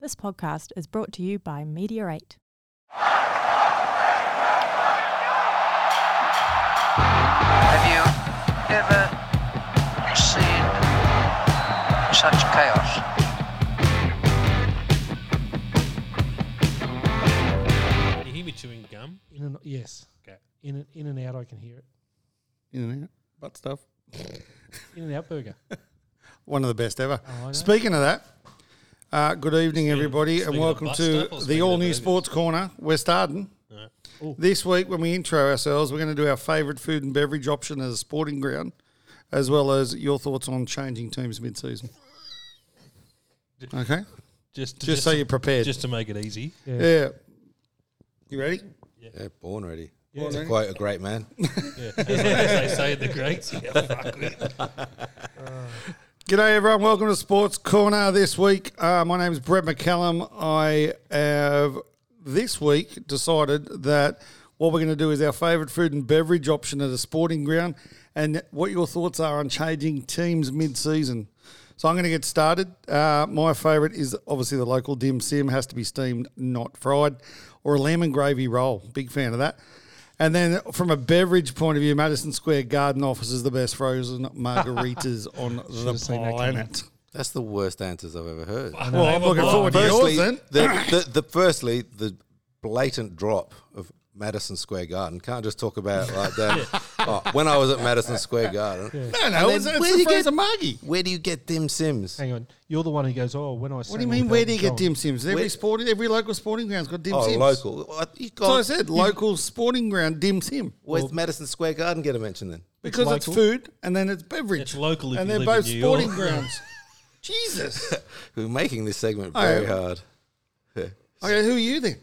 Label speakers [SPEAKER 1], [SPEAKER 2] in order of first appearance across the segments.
[SPEAKER 1] This podcast is brought to you by Meteorite.
[SPEAKER 2] Have you ever seen such chaos?
[SPEAKER 3] Can you hear me chewing gum?
[SPEAKER 4] In and yes.
[SPEAKER 3] Okay.
[SPEAKER 4] In and, in and out, I can hear it.
[SPEAKER 5] in and out, butt stuff.
[SPEAKER 4] In and out burger.
[SPEAKER 5] One of the best ever.
[SPEAKER 4] I know.
[SPEAKER 5] Speaking of that, uh, good evening, everybody,
[SPEAKER 3] Oh, speaking
[SPEAKER 5] and
[SPEAKER 3] of
[SPEAKER 5] welcome
[SPEAKER 3] butt
[SPEAKER 5] to
[SPEAKER 3] stuff or speaking
[SPEAKER 5] the
[SPEAKER 3] of
[SPEAKER 5] all new
[SPEAKER 3] burgers?
[SPEAKER 5] Sports Corner, West Arden.
[SPEAKER 3] No.
[SPEAKER 5] This week, when we intro ourselves, we're going to do our favourite food and beverage option as a sporting ground, as well as your thoughts on changing teams mid season. Okay?
[SPEAKER 3] Just,
[SPEAKER 5] Just so you're prepared.
[SPEAKER 3] Just to make it easy.
[SPEAKER 5] yeah. You ready?
[SPEAKER 6] Yeah, born ready.
[SPEAKER 4] Yeah.
[SPEAKER 6] To quote a great man.
[SPEAKER 3] Yeah. As, as they say in the greats. Yeah, fuck it.
[SPEAKER 5] G'day, everyone. Welcome to Sports Corner this week. Uh, my name is Brett McCallum. I have this week decided that what we're going to do is our favourite food and beverage option at a sporting ground and what your thoughts are on changing teams mid season. So I'm going to get started. Uh, my favourite is obviously the local dim sim, has to be steamed, not fried, or a lemon gravy roll. Big fan of that. And then from a beverage point of view, Madison Square Garden offers the best frozen margaritas on the
[SPEAKER 4] seen that
[SPEAKER 5] planet.
[SPEAKER 6] That's the worst answers I've ever heard.
[SPEAKER 5] Well, I'm looking forward to yours
[SPEAKER 6] Firstly,
[SPEAKER 5] then.
[SPEAKER 6] the, the, the, firstly, the blatant drop of Madison Square Garden. Can't just talk about it like that. oh, when I was at Madison Square Garden,
[SPEAKER 5] No,
[SPEAKER 6] And
[SPEAKER 5] no,
[SPEAKER 6] then
[SPEAKER 5] it's, it's
[SPEAKER 6] where
[SPEAKER 5] the
[SPEAKER 6] you get-
[SPEAKER 5] frozen margie.
[SPEAKER 6] where do you get dim sims?
[SPEAKER 4] Hang on. You're the one who goes, oh, when I
[SPEAKER 5] What do you mean? Where do you get dim sims? Every
[SPEAKER 6] Where-
[SPEAKER 5] sporting, every local sporting ground's got dim
[SPEAKER 6] Oh,
[SPEAKER 5] sims.
[SPEAKER 6] local. What- You
[SPEAKER 5] So I
[SPEAKER 6] guys,
[SPEAKER 5] said local sporting ground dim sim
[SPEAKER 6] where's Madison Square Garden get a mention then?
[SPEAKER 5] because it's,
[SPEAKER 4] local.
[SPEAKER 5] food and then it's beverage.
[SPEAKER 3] It's local if
[SPEAKER 5] and
[SPEAKER 3] you
[SPEAKER 5] they're
[SPEAKER 3] live
[SPEAKER 5] both
[SPEAKER 3] in New
[SPEAKER 5] sporting
[SPEAKER 3] York.
[SPEAKER 5] grounds. Jesus.
[SPEAKER 6] We're making this segment
[SPEAKER 5] I
[SPEAKER 6] very
[SPEAKER 5] am.
[SPEAKER 6] hard.
[SPEAKER 5] Okay, who are you then?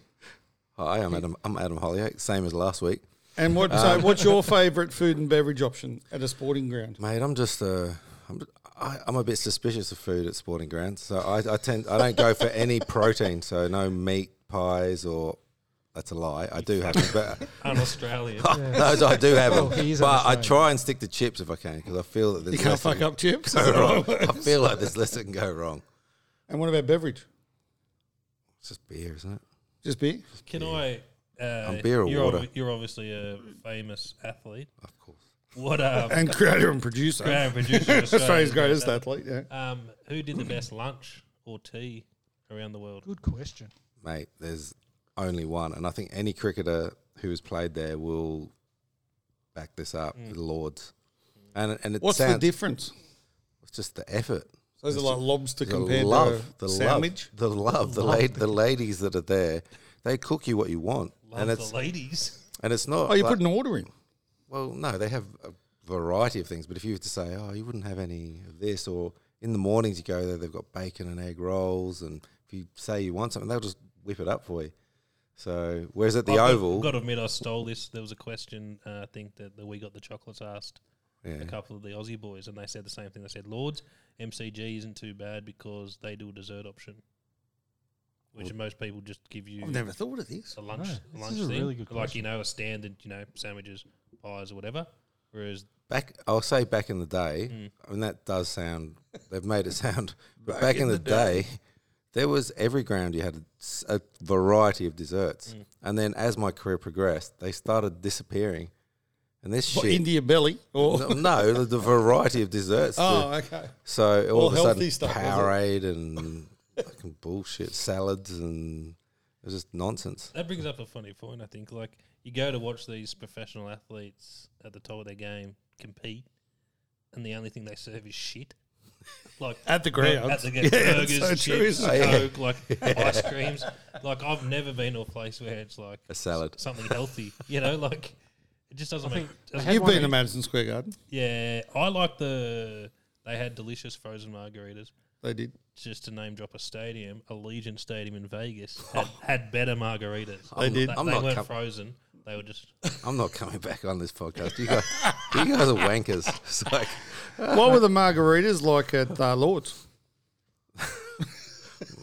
[SPEAKER 6] Hi, I'm Adam. I'm Adam Hollyoak. Same as last week,
[SPEAKER 5] And what?
[SPEAKER 6] Um,
[SPEAKER 5] so, what's your favourite food and beverage option at a sporting ground?
[SPEAKER 6] mate. I'm just uh, I'm I, I'm a bit suspicious of food at sporting grounds, so I, I tend I don't go for any protein, so no meat pies or that's a lie. I do have them, but
[SPEAKER 3] Un-Australian.
[SPEAKER 6] those I do have
[SPEAKER 4] Oh, he
[SPEAKER 6] them.
[SPEAKER 4] is an
[SPEAKER 6] But I
[SPEAKER 4] Australian.
[SPEAKER 6] try and stick to chips if I can because I feel that there's
[SPEAKER 5] You can't
[SPEAKER 6] less
[SPEAKER 5] fuck
[SPEAKER 6] that
[SPEAKER 5] up chips.
[SPEAKER 6] can go wrong. I feel like there's less that can go wrong.
[SPEAKER 5] And what about beverage?
[SPEAKER 6] It's just beer, isn't it?
[SPEAKER 5] Just beer.
[SPEAKER 3] Can I... Uh,
[SPEAKER 6] I'm beer or
[SPEAKER 3] you're
[SPEAKER 6] water?
[SPEAKER 3] obvi- you're obviously a famous athlete.
[SPEAKER 6] Of course.
[SPEAKER 3] What um,
[SPEAKER 5] And creator and producer.
[SPEAKER 3] creative producer of
[SPEAKER 5] Australia's
[SPEAKER 3] Australia's
[SPEAKER 5] greatest athlete. Yeah.
[SPEAKER 3] Um, who did the best lunch or tea around the world?
[SPEAKER 4] Good question.
[SPEAKER 6] mate, there's only one, and I think any cricketer who's played there will back this up. The Lords, and and it
[SPEAKER 5] Mm. What's the
[SPEAKER 6] sounds
[SPEAKER 5] difference?
[SPEAKER 6] it's just the effort,
[SPEAKER 5] So is it like lobster
[SPEAKER 6] the
[SPEAKER 5] compared
[SPEAKER 6] love,
[SPEAKER 5] to
[SPEAKER 6] the
[SPEAKER 5] a sandwich?
[SPEAKER 6] love, the love, the la- the ladies that are there. They cook you what you want,
[SPEAKER 3] Love
[SPEAKER 6] and
[SPEAKER 3] the
[SPEAKER 6] it's
[SPEAKER 3] ladies.
[SPEAKER 6] and it's not.
[SPEAKER 5] Oh, you
[SPEAKER 6] like-
[SPEAKER 5] put an order in.
[SPEAKER 6] well, no, they have a variety of things. But if you were to say, oh, you wouldn't have any of this, or in the mornings you go there, they've got bacon and egg rolls, and if you say you want something, they'll just whip it up for you. So, whereas at the
[SPEAKER 3] I've
[SPEAKER 6] Oval,
[SPEAKER 3] Got to admit, I stole this. There was a question. Uh, I think that, that we got the chocolates asked
[SPEAKER 6] Yeah.
[SPEAKER 3] a couple of the Aussie boys, and they said the same thing. They said, "Lords, MCG isn't too bad because they do a dessert option, which most people just give you
[SPEAKER 5] I've never thought of this.
[SPEAKER 3] a lunch
[SPEAKER 4] No, this
[SPEAKER 3] lunch
[SPEAKER 4] is a
[SPEAKER 3] thing,
[SPEAKER 4] really good
[SPEAKER 3] like you
[SPEAKER 4] question.
[SPEAKER 3] know, a standard, you know, sandwiches, pies, or whatever." Whereas
[SPEAKER 6] Back, I'll say back in the day,
[SPEAKER 5] Hmm.
[SPEAKER 6] I mean that does sound. They've made it sound, but back, in, the, day, there was every ground you had a s- a, variety of desserts,
[SPEAKER 5] Hmm.
[SPEAKER 6] and then as my career progressed, they started disappearing, and this
[SPEAKER 5] What,
[SPEAKER 6] shit.
[SPEAKER 5] India belly or
[SPEAKER 6] no, no, the, the variety of desserts. the-
[SPEAKER 5] oh, okay.
[SPEAKER 6] so all,
[SPEAKER 5] all
[SPEAKER 6] of a
[SPEAKER 5] healthy
[SPEAKER 6] sudden,
[SPEAKER 5] stuff, was it?
[SPEAKER 6] Powerade and fucking bullshit salads, and it was just nonsense.
[SPEAKER 3] That brings up a funny point, I think. Like, you go to watch these professional athletes at the top of their game compete, and the only thing they serve is shit. Like
[SPEAKER 5] At the ground.
[SPEAKER 3] at the game,
[SPEAKER 5] Yeah, that's
[SPEAKER 3] burgers,
[SPEAKER 5] so true,
[SPEAKER 3] chips,
[SPEAKER 5] isn't
[SPEAKER 6] it? Oh, yeah.
[SPEAKER 3] coke, like ice creams. Like I've never been to a place where it's like
[SPEAKER 6] A salad.
[SPEAKER 3] something healthy. You know, like it just doesn't make. doesn't-
[SPEAKER 5] You've been to Madison Square Garden.
[SPEAKER 3] yeah, I like the they had delicious frozen margaritas.
[SPEAKER 5] They did.
[SPEAKER 3] Just to name drop a stadium, Allegiant Stadium in Vegas had, had better margaritas.
[SPEAKER 6] They did.
[SPEAKER 3] They,
[SPEAKER 6] I'm
[SPEAKER 3] they
[SPEAKER 6] not
[SPEAKER 3] weren't
[SPEAKER 6] com-
[SPEAKER 3] frozen. They were just
[SPEAKER 6] I'm not coming back on this podcast. You guys, you guys are wankers. It's like. Uh-huh.
[SPEAKER 5] What were the margaritas like at uh, Lords?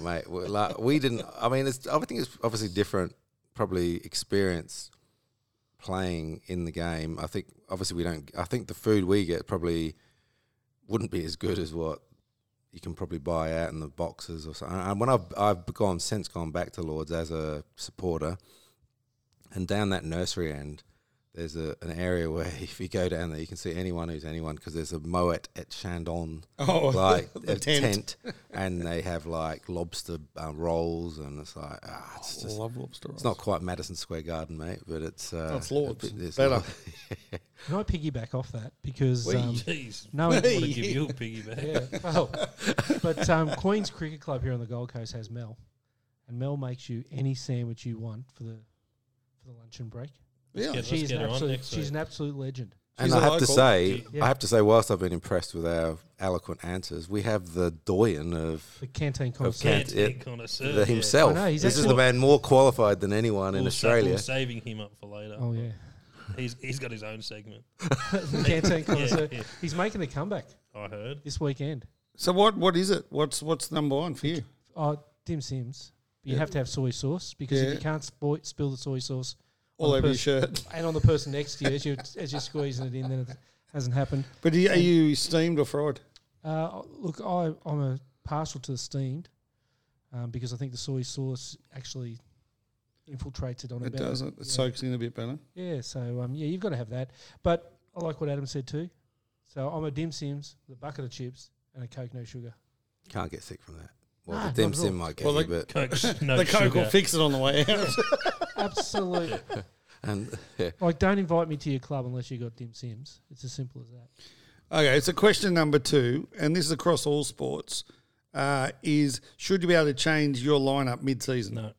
[SPEAKER 6] mate. we- Like, we didn't. I mean, it's. I think it's obviously different. Probably experience playing in the game. I think obviously we don't. I think the food we get probably wouldn't be as good as what you can probably buy out in the boxes or something. And when I've I've gone since gone back to Lords as a supporter, and down that nursery end, there's a, an area where if you go down there, you can see anyone who's anyone because there's a Moet et Chandon
[SPEAKER 5] Oh,
[SPEAKER 6] like
[SPEAKER 5] the
[SPEAKER 6] a
[SPEAKER 5] tent.
[SPEAKER 6] tent. and they have like lobster uh, rolls, and it's like ah, it's just
[SPEAKER 5] love lobster rolls.
[SPEAKER 6] it's not quite Madison Square Garden, mate, but it's uh,
[SPEAKER 5] it's Lords.
[SPEAKER 6] a bit- it's
[SPEAKER 5] Better.
[SPEAKER 4] Can I piggyback off that? Because
[SPEAKER 6] Wee.
[SPEAKER 4] um,
[SPEAKER 3] Jeez.
[SPEAKER 4] no,
[SPEAKER 3] I want
[SPEAKER 4] it-
[SPEAKER 3] to give you a piggyback.
[SPEAKER 4] yeah, well, but um, Queen's Cricket Club here on the Gold Coast has Mel, and Mel makes you any sandwich you want for the for the luncheon break.
[SPEAKER 5] Yeah.
[SPEAKER 3] Let's
[SPEAKER 4] she's
[SPEAKER 3] get
[SPEAKER 4] an
[SPEAKER 3] her on
[SPEAKER 4] absolute
[SPEAKER 3] next
[SPEAKER 4] she's
[SPEAKER 3] week.
[SPEAKER 4] an absolute legend.
[SPEAKER 6] And
[SPEAKER 5] She's
[SPEAKER 6] I
[SPEAKER 5] a
[SPEAKER 6] have to
[SPEAKER 5] local.
[SPEAKER 6] say,
[SPEAKER 4] Yeah.
[SPEAKER 6] I have to say, whilst I've been impressed with our eloquent answers, we have the doyen of
[SPEAKER 4] The canteen
[SPEAKER 6] Yeah,
[SPEAKER 4] connoisseur.
[SPEAKER 6] can-
[SPEAKER 3] Can't
[SPEAKER 6] it-
[SPEAKER 3] think on a serve,
[SPEAKER 6] the,
[SPEAKER 3] yeah.
[SPEAKER 6] himself.
[SPEAKER 4] I know, he's
[SPEAKER 6] this is the
[SPEAKER 4] excellent.
[SPEAKER 6] man more qualified than anyone in
[SPEAKER 3] We'll sa-
[SPEAKER 6] Australia.
[SPEAKER 3] we'll saving him up for later.
[SPEAKER 4] Oh yeah,
[SPEAKER 3] He's he's got his own segment.
[SPEAKER 4] the canteen
[SPEAKER 6] eh?
[SPEAKER 4] connoisseur.
[SPEAKER 3] yeah.
[SPEAKER 4] He's making a comeback
[SPEAKER 3] I heard.
[SPEAKER 4] this weekend.
[SPEAKER 5] So what? What is it? What's what's number one for you?
[SPEAKER 4] Oh, dim sims. You
[SPEAKER 5] Yeah.
[SPEAKER 4] have to have soy sauce because
[SPEAKER 5] Yeah.
[SPEAKER 4] if you can't spoil, spill the soy sauce on
[SPEAKER 5] All
[SPEAKER 4] the
[SPEAKER 5] over your
[SPEAKER 4] person-
[SPEAKER 5] shirt.
[SPEAKER 4] and on the person next to you as you as you're squeezing it in, then it hasn't happened.
[SPEAKER 5] But are you, are you steamed or fried?
[SPEAKER 4] Uh, look, I, I'm a partial to the steamed um, because I think the soy sauce actually infiltrates it on a
[SPEAKER 5] It
[SPEAKER 4] better.
[SPEAKER 5] doesn't. It
[SPEAKER 4] yeah.
[SPEAKER 5] soaks in a bit better.
[SPEAKER 4] Yeah, so um, yeah, you've got to have that. But I like what Adam said too. So I'm a dim sims, with a bucket of chips, and a coke no sugar.
[SPEAKER 6] Can't get sick from that. Well,
[SPEAKER 4] No,
[SPEAKER 6] the
[SPEAKER 4] not
[SPEAKER 6] dim
[SPEAKER 4] at all.
[SPEAKER 6] sim might get
[SPEAKER 5] Well,
[SPEAKER 6] you,
[SPEAKER 5] the-
[SPEAKER 6] but
[SPEAKER 3] Coke, no
[SPEAKER 5] the coke will
[SPEAKER 3] sugar.
[SPEAKER 5] fix it on the way out.
[SPEAKER 4] Absolutely.
[SPEAKER 6] and yeah.
[SPEAKER 4] like, don't invite me to your club unless you got dim sims. It's as simple as that.
[SPEAKER 5] Okay, so question number two, and this is across all sports, uh, is should you be able to change your lineup mid-season?
[SPEAKER 3] No.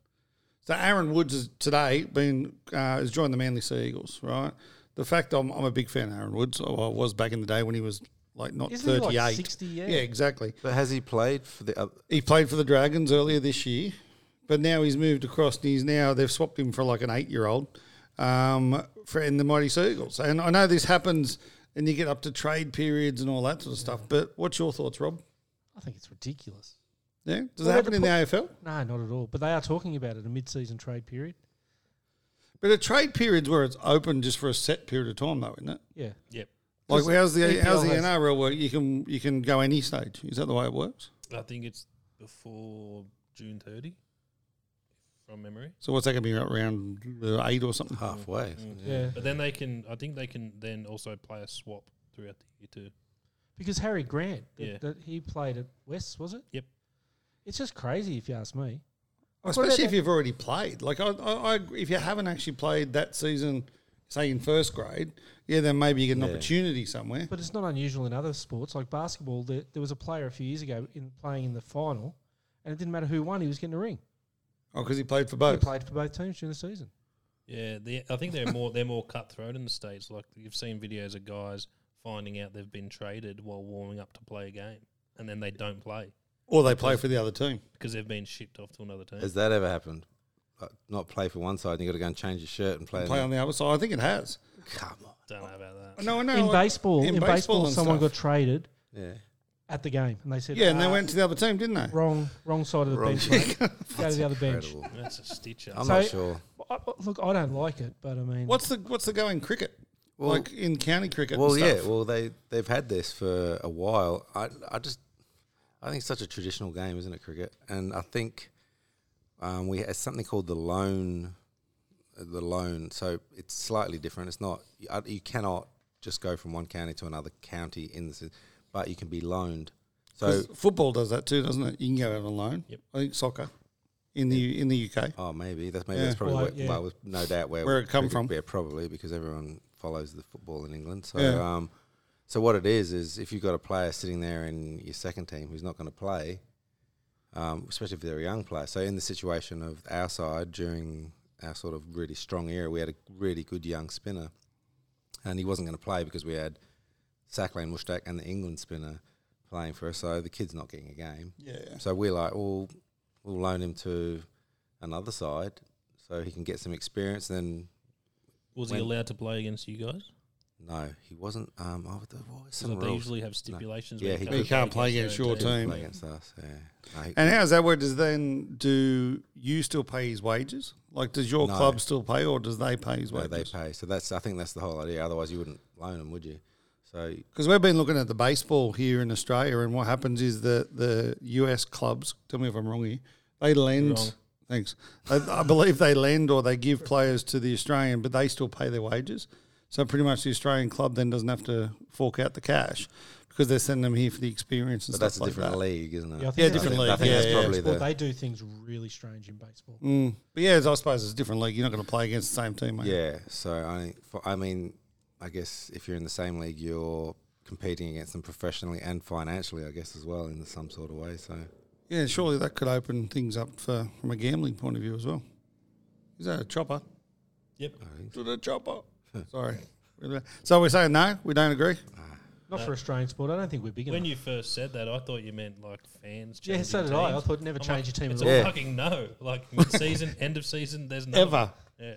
[SPEAKER 5] So Aaron Woods has today been uh, has joined the Manly Sea Eagles, right? The fact I'm, I'm a big fan of Aaron Woods. I was back in the day when he was like not
[SPEAKER 4] Isn't he like
[SPEAKER 5] 38.
[SPEAKER 4] 60? Yeah.
[SPEAKER 5] yeah, exactly.
[SPEAKER 6] But has he played for the? oth-
[SPEAKER 5] He played for the Dragons earlier this year, but now he's moved across and he's now they've swapped him for like an eight year old um, for in the Mighty Seagulls. And I know this happens and you get up to trade periods and all that sort of stuff. But what's your thoughts, Rob?
[SPEAKER 4] I think it's ridiculous.
[SPEAKER 5] Yeah, does
[SPEAKER 4] Well,
[SPEAKER 5] it happen
[SPEAKER 4] the
[SPEAKER 5] in the AFL?
[SPEAKER 4] No, not at all. But they are talking about it a mid-season trade period.
[SPEAKER 5] But a trade period's where it's open just for a set period of time, though, isn't it?
[SPEAKER 4] Yeah.
[SPEAKER 3] Yep.
[SPEAKER 5] Like how's the
[SPEAKER 4] EPL
[SPEAKER 5] how's the
[SPEAKER 4] E has-
[SPEAKER 5] NRL work? You can you can go any stage. Is that the way it works?
[SPEAKER 3] I think it's before June 30, from memory.
[SPEAKER 5] So what's that going to be around eight or something?
[SPEAKER 6] Halfway.
[SPEAKER 4] Yeah.
[SPEAKER 3] But then they can, I think they can then also play a swap throughout the year too.
[SPEAKER 4] Because Harry Grant, that,
[SPEAKER 3] Yeah.
[SPEAKER 4] that he played at West, was it?
[SPEAKER 3] Yep.
[SPEAKER 4] It's just crazy if you ask me. Like, what about
[SPEAKER 5] Especially if
[SPEAKER 4] that-
[SPEAKER 5] you've already played. Like I, I, I if you haven't actually played that season, say in first grade, yeah, then maybe you get an
[SPEAKER 6] Yeah.
[SPEAKER 5] opportunity somewhere.
[SPEAKER 4] But it's not unusual in other sports like basketball. There, there was a player a few years ago in playing in the final, and it didn't matter who won; he was getting a ring.
[SPEAKER 5] Oh, because he played for
[SPEAKER 4] He
[SPEAKER 5] both.
[SPEAKER 4] played for both teams during the season.
[SPEAKER 3] Yeah, they, I think they're more they're more cutthroat in the states. Like you've seen videos of guys finding out they've been traded while warming up to play a game, and then they don't play
[SPEAKER 5] or they play for the other team.
[SPEAKER 3] because they've been shipped off to another team.
[SPEAKER 6] Has that ever happened? Like, not play for one side, and you got to go and change your shirt and play.
[SPEAKER 5] Play
[SPEAKER 6] another-
[SPEAKER 5] on the other side. I think it has.
[SPEAKER 6] Come on.
[SPEAKER 3] Don't know about that.
[SPEAKER 5] No, I know.
[SPEAKER 4] in
[SPEAKER 5] like,
[SPEAKER 4] baseball, in, baseball,
[SPEAKER 5] and
[SPEAKER 4] someone
[SPEAKER 5] stuff.
[SPEAKER 4] got traded
[SPEAKER 6] Yeah.
[SPEAKER 4] at the game, and they said,
[SPEAKER 5] yeah, and they
[SPEAKER 4] "Ah,
[SPEAKER 5] went to the other team, didn't they?
[SPEAKER 4] wrong, wrong side of the
[SPEAKER 6] Wrong
[SPEAKER 4] bench.
[SPEAKER 6] side.
[SPEAKER 4] mate. Go to the other bench."
[SPEAKER 6] Incredible.
[SPEAKER 3] That's a stitcher.
[SPEAKER 6] I'm
[SPEAKER 4] So-
[SPEAKER 6] not sure.
[SPEAKER 4] I- I- look, I don't like it, but I mean,
[SPEAKER 5] What's the what's the going cricket?
[SPEAKER 6] Well-
[SPEAKER 5] like in county cricket.
[SPEAKER 6] Well,
[SPEAKER 5] and
[SPEAKER 6] yeah.
[SPEAKER 5] stuff.
[SPEAKER 6] Well, they they've had this for a while. I I just I think it's such a traditional game, isn't it, cricket? And I think um, we it's something called the loan, the loan. So it's slightly different. It's not you- uh, you cannot just go from one county to another county in this, but you can be loaned. So
[SPEAKER 5] 'Cause football does that too, doesn't it? You can go out on loan.
[SPEAKER 3] Yep.
[SPEAKER 5] I think soccer in the in the UK.
[SPEAKER 6] oh, maybe that's maybe
[SPEAKER 5] Yeah.
[SPEAKER 6] that's probably
[SPEAKER 4] Well,
[SPEAKER 6] where,
[SPEAKER 4] yeah.
[SPEAKER 6] well, with no doubt where
[SPEAKER 5] Where it come
[SPEAKER 6] cricket-
[SPEAKER 5] from.
[SPEAKER 6] Yeah, probably because everyone follows the football in England. So.
[SPEAKER 5] Yeah.
[SPEAKER 6] Um, So what it is is if you've got a player sitting there in your second team who's not going to play, um, especially if they're a young player. So in the situation of our side during our sort of really strong era, we had a really good young spinner, and he wasn't going to play because we had Sacklane Mustak and the England spinner playing for us. So the kid's not getting a game.
[SPEAKER 5] Yeah.
[SPEAKER 6] So we're like, well, we'll loan him to another side so he can get some experience. Then
[SPEAKER 3] Was he
[SPEAKER 6] When-
[SPEAKER 3] allowed to play against you guys?
[SPEAKER 6] no, he wasn't. Um, oh, there was
[SPEAKER 3] 'Cause
[SPEAKER 6] some
[SPEAKER 3] they
[SPEAKER 6] rules.
[SPEAKER 3] usually have stipulations.
[SPEAKER 6] Yeah,
[SPEAKER 3] where
[SPEAKER 6] he
[SPEAKER 3] you
[SPEAKER 6] But you
[SPEAKER 3] can't, play against your team.
[SPEAKER 6] Play against us. Yeah. No, he-
[SPEAKER 5] And how's that work? Does then do you still pay his wages? Like, does your
[SPEAKER 6] No.
[SPEAKER 5] club still pay, or does they pay his
[SPEAKER 6] No,
[SPEAKER 5] wages?
[SPEAKER 6] they pay. So that's I think that's the whole idea. Otherwise, you wouldn't loan them, would you? So
[SPEAKER 5] Because we've been looking at the baseball here in Australia, and what happens is that the US clubs, tell me if I'm wrong here, they lend.
[SPEAKER 3] Wrong.
[SPEAKER 5] Thanks. I, I believe they lend or they give players to the Australian, but they still pay their wages. So pretty much the Australian club then doesn't have to fork out the cash because they're sending them here for the experience and
[SPEAKER 6] but
[SPEAKER 5] stuff
[SPEAKER 6] that's a
[SPEAKER 5] like
[SPEAKER 6] different
[SPEAKER 5] that.
[SPEAKER 6] league, isn't it?
[SPEAKER 4] Yeah, I think
[SPEAKER 5] Yeah,
[SPEAKER 4] that's-
[SPEAKER 5] different
[SPEAKER 6] I
[SPEAKER 5] league.
[SPEAKER 6] think
[SPEAKER 5] yeah,
[SPEAKER 6] that's
[SPEAKER 5] yeah,
[SPEAKER 6] probably
[SPEAKER 4] Well,
[SPEAKER 6] the
[SPEAKER 4] they do things really strange in baseball.
[SPEAKER 5] Mm. But yeah, I suppose it's a different league. You're not going to play against the same team, mate.
[SPEAKER 6] yeah. So I for, I mean, I guess if you're in the same league, you're competing against them professionally and financially, I guess as well in some sort of way. So
[SPEAKER 5] Yeah, surely that could open things up for from a gambling point of view as well. Is that a chopper?
[SPEAKER 3] Yep.
[SPEAKER 6] I think
[SPEAKER 5] To the chopper. Sorry. So we're saying no, we don't agree.
[SPEAKER 4] Not
[SPEAKER 3] No.
[SPEAKER 4] for Australian sport. I don't think we're big enough.
[SPEAKER 3] When you first said that, I thought you meant like fans.
[SPEAKER 4] yeah,
[SPEAKER 3] changing
[SPEAKER 4] so did I. I
[SPEAKER 3] teams.
[SPEAKER 4] thought never
[SPEAKER 3] I'm like,
[SPEAKER 4] change your team
[SPEAKER 3] It's
[SPEAKER 4] at
[SPEAKER 3] all
[SPEAKER 4] all.
[SPEAKER 6] Yeah.
[SPEAKER 3] fucking no. Like mid season, end of season, there's no. Yeah.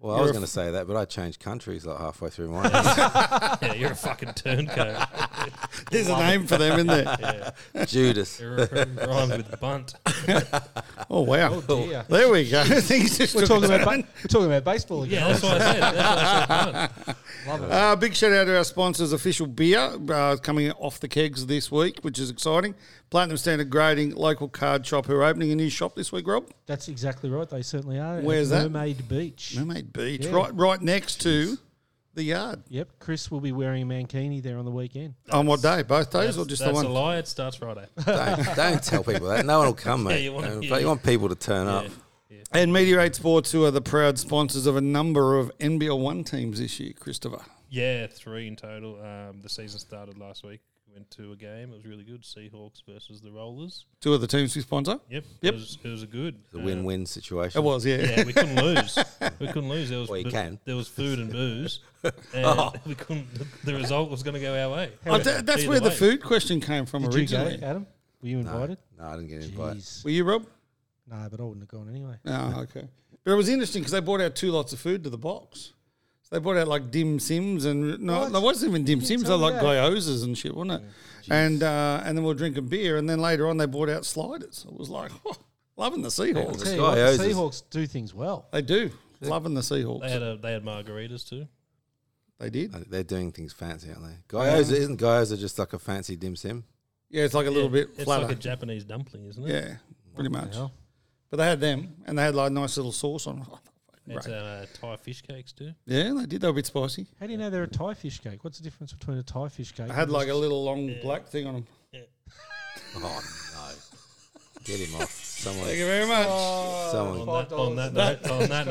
[SPEAKER 6] Well, I
[SPEAKER 5] You're
[SPEAKER 6] was
[SPEAKER 5] a
[SPEAKER 6] going to say that, but I changed countries like halfway through mine.
[SPEAKER 3] yeah, you're a fucking turncoat.
[SPEAKER 5] There's a name for them, isn't there?
[SPEAKER 3] Yeah.
[SPEAKER 6] Judas.
[SPEAKER 3] You're rhymes with bunt.
[SPEAKER 5] Oh wow.
[SPEAKER 4] Oh, dear.
[SPEAKER 5] There we go. Things just
[SPEAKER 4] We're
[SPEAKER 5] took
[SPEAKER 4] talking
[SPEAKER 5] a
[SPEAKER 4] about
[SPEAKER 5] turn.
[SPEAKER 4] ba- we're talking about baseball again.
[SPEAKER 3] Yeah, that's what I said. That's what I said bunt.
[SPEAKER 4] Love it.
[SPEAKER 5] Uh, big shout out to our sponsors, Official Beer, uh, coming off the kegs this week, which is exciting. Platinum Standard Grading, local card shop, who are opening a new shop this week, Rob.
[SPEAKER 4] That's exactly right. They certainly are. at
[SPEAKER 5] Where's that?
[SPEAKER 4] Mermaid Beach.
[SPEAKER 5] Mermaid Beach,
[SPEAKER 4] Yeah.
[SPEAKER 5] right, right next to the yard.
[SPEAKER 4] Yep. Chris will be wearing a mankini there on the weekend.
[SPEAKER 5] on what day? Both days
[SPEAKER 3] That's,
[SPEAKER 5] or just the
[SPEAKER 3] that's
[SPEAKER 5] one?
[SPEAKER 3] a lie. It starts Friday.
[SPEAKER 6] Don't, don't tell people that. No one will come, mate.
[SPEAKER 3] you wanna-
[SPEAKER 6] Um,
[SPEAKER 3] yeah,
[SPEAKER 6] but
[SPEAKER 3] yeah.
[SPEAKER 6] you want people to turn up.
[SPEAKER 5] And Meteorate Sports, who are the proud sponsors of a number of NBL One teams this year, Christopher.
[SPEAKER 3] Yeah, three in total. Um, the season started last week. Went to a game. It was really good. Seahawks versus the Rollers.
[SPEAKER 5] Two of the teams we sponsor.
[SPEAKER 3] Yep.
[SPEAKER 5] Yep.
[SPEAKER 3] It was, it was a good.
[SPEAKER 6] The
[SPEAKER 3] uh,
[SPEAKER 6] win-win situation.
[SPEAKER 5] It was, yeah.
[SPEAKER 3] Yeah, we couldn't lose. We couldn't lose. There was
[SPEAKER 6] Well, you
[SPEAKER 3] boo-
[SPEAKER 6] can. Oh.
[SPEAKER 3] There was food and booze, and we couldn't. The, the result was going to go our way.
[SPEAKER 5] I th- Oh, that's
[SPEAKER 3] Either
[SPEAKER 5] where the
[SPEAKER 3] way.
[SPEAKER 5] food question came from
[SPEAKER 4] Did you go,
[SPEAKER 5] originally.
[SPEAKER 4] Adam? Were you
[SPEAKER 6] No,
[SPEAKER 4] invited?
[SPEAKER 6] no, I didn't get invited.
[SPEAKER 4] Jeez.
[SPEAKER 5] Were you, Rob?
[SPEAKER 4] No, but I wouldn't have gone anyway.
[SPEAKER 5] Oh, okay. But it was interesting because they brought out two lots of food to the box. So they brought out like dim sims and no,
[SPEAKER 4] What?
[SPEAKER 5] there wasn't even dim
[SPEAKER 4] You
[SPEAKER 5] sims. They
[SPEAKER 4] tell
[SPEAKER 5] were like
[SPEAKER 4] me that.
[SPEAKER 5] gyozas and shit, wasn't it? and uh, and then we were drinking beer, and then later on they brought out sliders. I was like, oh, loving Oh, the
[SPEAKER 4] I'll
[SPEAKER 5] Seahawks.
[SPEAKER 4] tell you
[SPEAKER 6] guy
[SPEAKER 4] what, the
[SPEAKER 6] owes us.
[SPEAKER 4] Seahawks do things well.
[SPEAKER 5] They do loving the Seahawks.
[SPEAKER 3] They had a, they had margaritas too.
[SPEAKER 5] they did.
[SPEAKER 6] I think They're doing things fancy, aren't they? Gyoza, isn't gyoza just like a fancy dim sim?
[SPEAKER 5] Yeah, it's like a little
[SPEAKER 3] Yeah,
[SPEAKER 5] bit
[SPEAKER 3] It's
[SPEAKER 5] flatter.
[SPEAKER 3] like a Japanese dumpling, isn't it?
[SPEAKER 5] yeah, pretty much.
[SPEAKER 4] hell?
[SPEAKER 5] But they had them, and they had like nice little sauce on.
[SPEAKER 3] It's
[SPEAKER 5] Right.
[SPEAKER 3] uh, Thai fish cakes too.
[SPEAKER 5] Yeah, they did. They were a bit spicy.
[SPEAKER 4] How do you know they're a Thai fish cake? What's the difference between a Thai fish cake?
[SPEAKER 5] They had
[SPEAKER 4] and
[SPEAKER 5] like a
[SPEAKER 4] just-
[SPEAKER 5] little long black thing on them.
[SPEAKER 6] Oh no! Get him off. Someone,
[SPEAKER 5] Thank you very much.
[SPEAKER 3] Oh.
[SPEAKER 6] someone.
[SPEAKER 3] On that, on that note, on that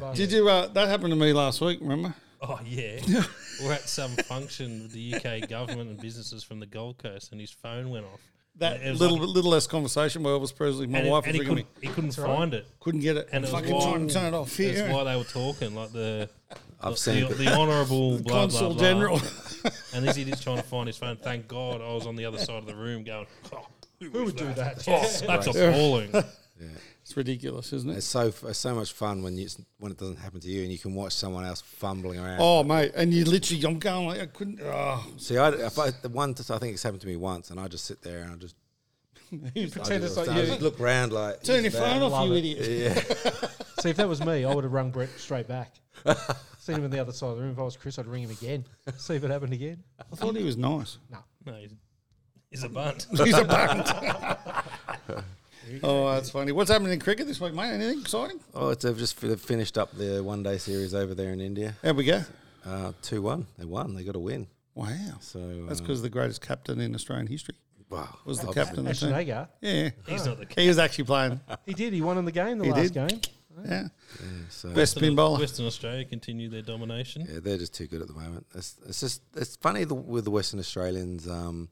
[SPEAKER 3] note,
[SPEAKER 5] Did you? Uh, that happened to me last week. Remember?
[SPEAKER 3] oh yeah, we're at some function with the UK government and businesses from the Gold Coast, and his phone went off.
[SPEAKER 5] That
[SPEAKER 3] It was
[SPEAKER 5] little
[SPEAKER 3] like-
[SPEAKER 5] little less conversation by Elvis Presley. My
[SPEAKER 3] and it-
[SPEAKER 5] wife
[SPEAKER 3] and
[SPEAKER 5] was
[SPEAKER 3] he
[SPEAKER 5] ringing me.
[SPEAKER 3] couldn't, he couldn't find it.
[SPEAKER 5] Couldn't get it.
[SPEAKER 3] And it was
[SPEAKER 5] Fucking
[SPEAKER 3] while-
[SPEAKER 5] trying to turn it off
[SPEAKER 3] That's
[SPEAKER 5] here.
[SPEAKER 3] why they were talking like the
[SPEAKER 6] I've
[SPEAKER 3] the,
[SPEAKER 6] seen.
[SPEAKER 3] the honourable blah, blah,
[SPEAKER 5] Consul
[SPEAKER 3] blah.
[SPEAKER 5] General.
[SPEAKER 3] And this idiot's trying to find his phone. Thank God I was on the other side of the room going, oh, who, would do that? Oh, that's appalling.
[SPEAKER 5] It's ridiculous, isn't
[SPEAKER 6] It's
[SPEAKER 5] it?
[SPEAKER 6] so it's so much fun when you when it doesn't happen to you and you can watch someone else fumbling around.
[SPEAKER 5] Oh mate, and you literally, I'm going like I couldn't. Oh,
[SPEAKER 6] See, I, if I the one I think it's happened to me once, and I just sit there and I just
[SPEAKER 5] you pretend
[SPEAKER 6] I
[SPEAKER 5] it's
[SPEAKER 6] just,
[SPEAKER 5] like
[SPEAKER 6] I just
[SPEAKER 5] you.
[SPEAKER 6] look round like
[SPEAKER 5] Turn your
[SPEAKER 6] "Who's
[SPEAKER 5] phone
[SPEAKER 6] that?"
[SPEAKER 5] off, you
[SPEAKER 4] Love it.
[SPEAKER 5] idiot.
[SPEAKER 4] See, if that was me, I would have rung Brett straight back. Seen him on the other side of the room. If I was Chris, I'd ring him again. See if it happened again.
[SPEAKER 5] I thought he was nice.
[SPEAKER 3] No, he's, he's a bunt.
[SPEAKER 5] He's a bunt. oh, that's funny. What's happening in cricket this week, mate? Anything exciting?
[SPEAKER 6] Oh, it's, they've just fi- finished up the one day series over there in India.
[SPEAKER 5] There we go.
[SPEAKER 6] Uh, Two one, they won. They got a win.
[SPEAKER 5] Wow.
[SPEAKER 6] So uh,
[SPEAKER 5] That's because the greatest captain in Australian history
[SPEAKER 6] wow,
[SPEAKER 5] was the
[SPEAKER 6] I've-
[SPEAKER 5] captain of the
[SPEAKER 4] Ashton
[SPEAKER 5] team.
[SPEAKER 4] Agar.
[SPEAKER 5] Yeah,
[SPEAKER 3] He's not the
[SPEAKER 6] Ah.
[SPEAKER 5] he was actually playing.
[SPEAKER 4] He did. He won in the game, the
[SPEAKER 5] He
[SPEAKER 4] last
[SPEAKER 5] did.
[SPEAKER 4] game.
[SPEAKER 5] Yeah,
[SPEAKER 6] So,
[SPEAKER 5] best spin bowler.
[SPEAKER 3] Western Australia continue their domination.
[SPEAKER 6] yeah, they're just too good at the moment. It's, it's just it's funny the, with the Western Australians. Um,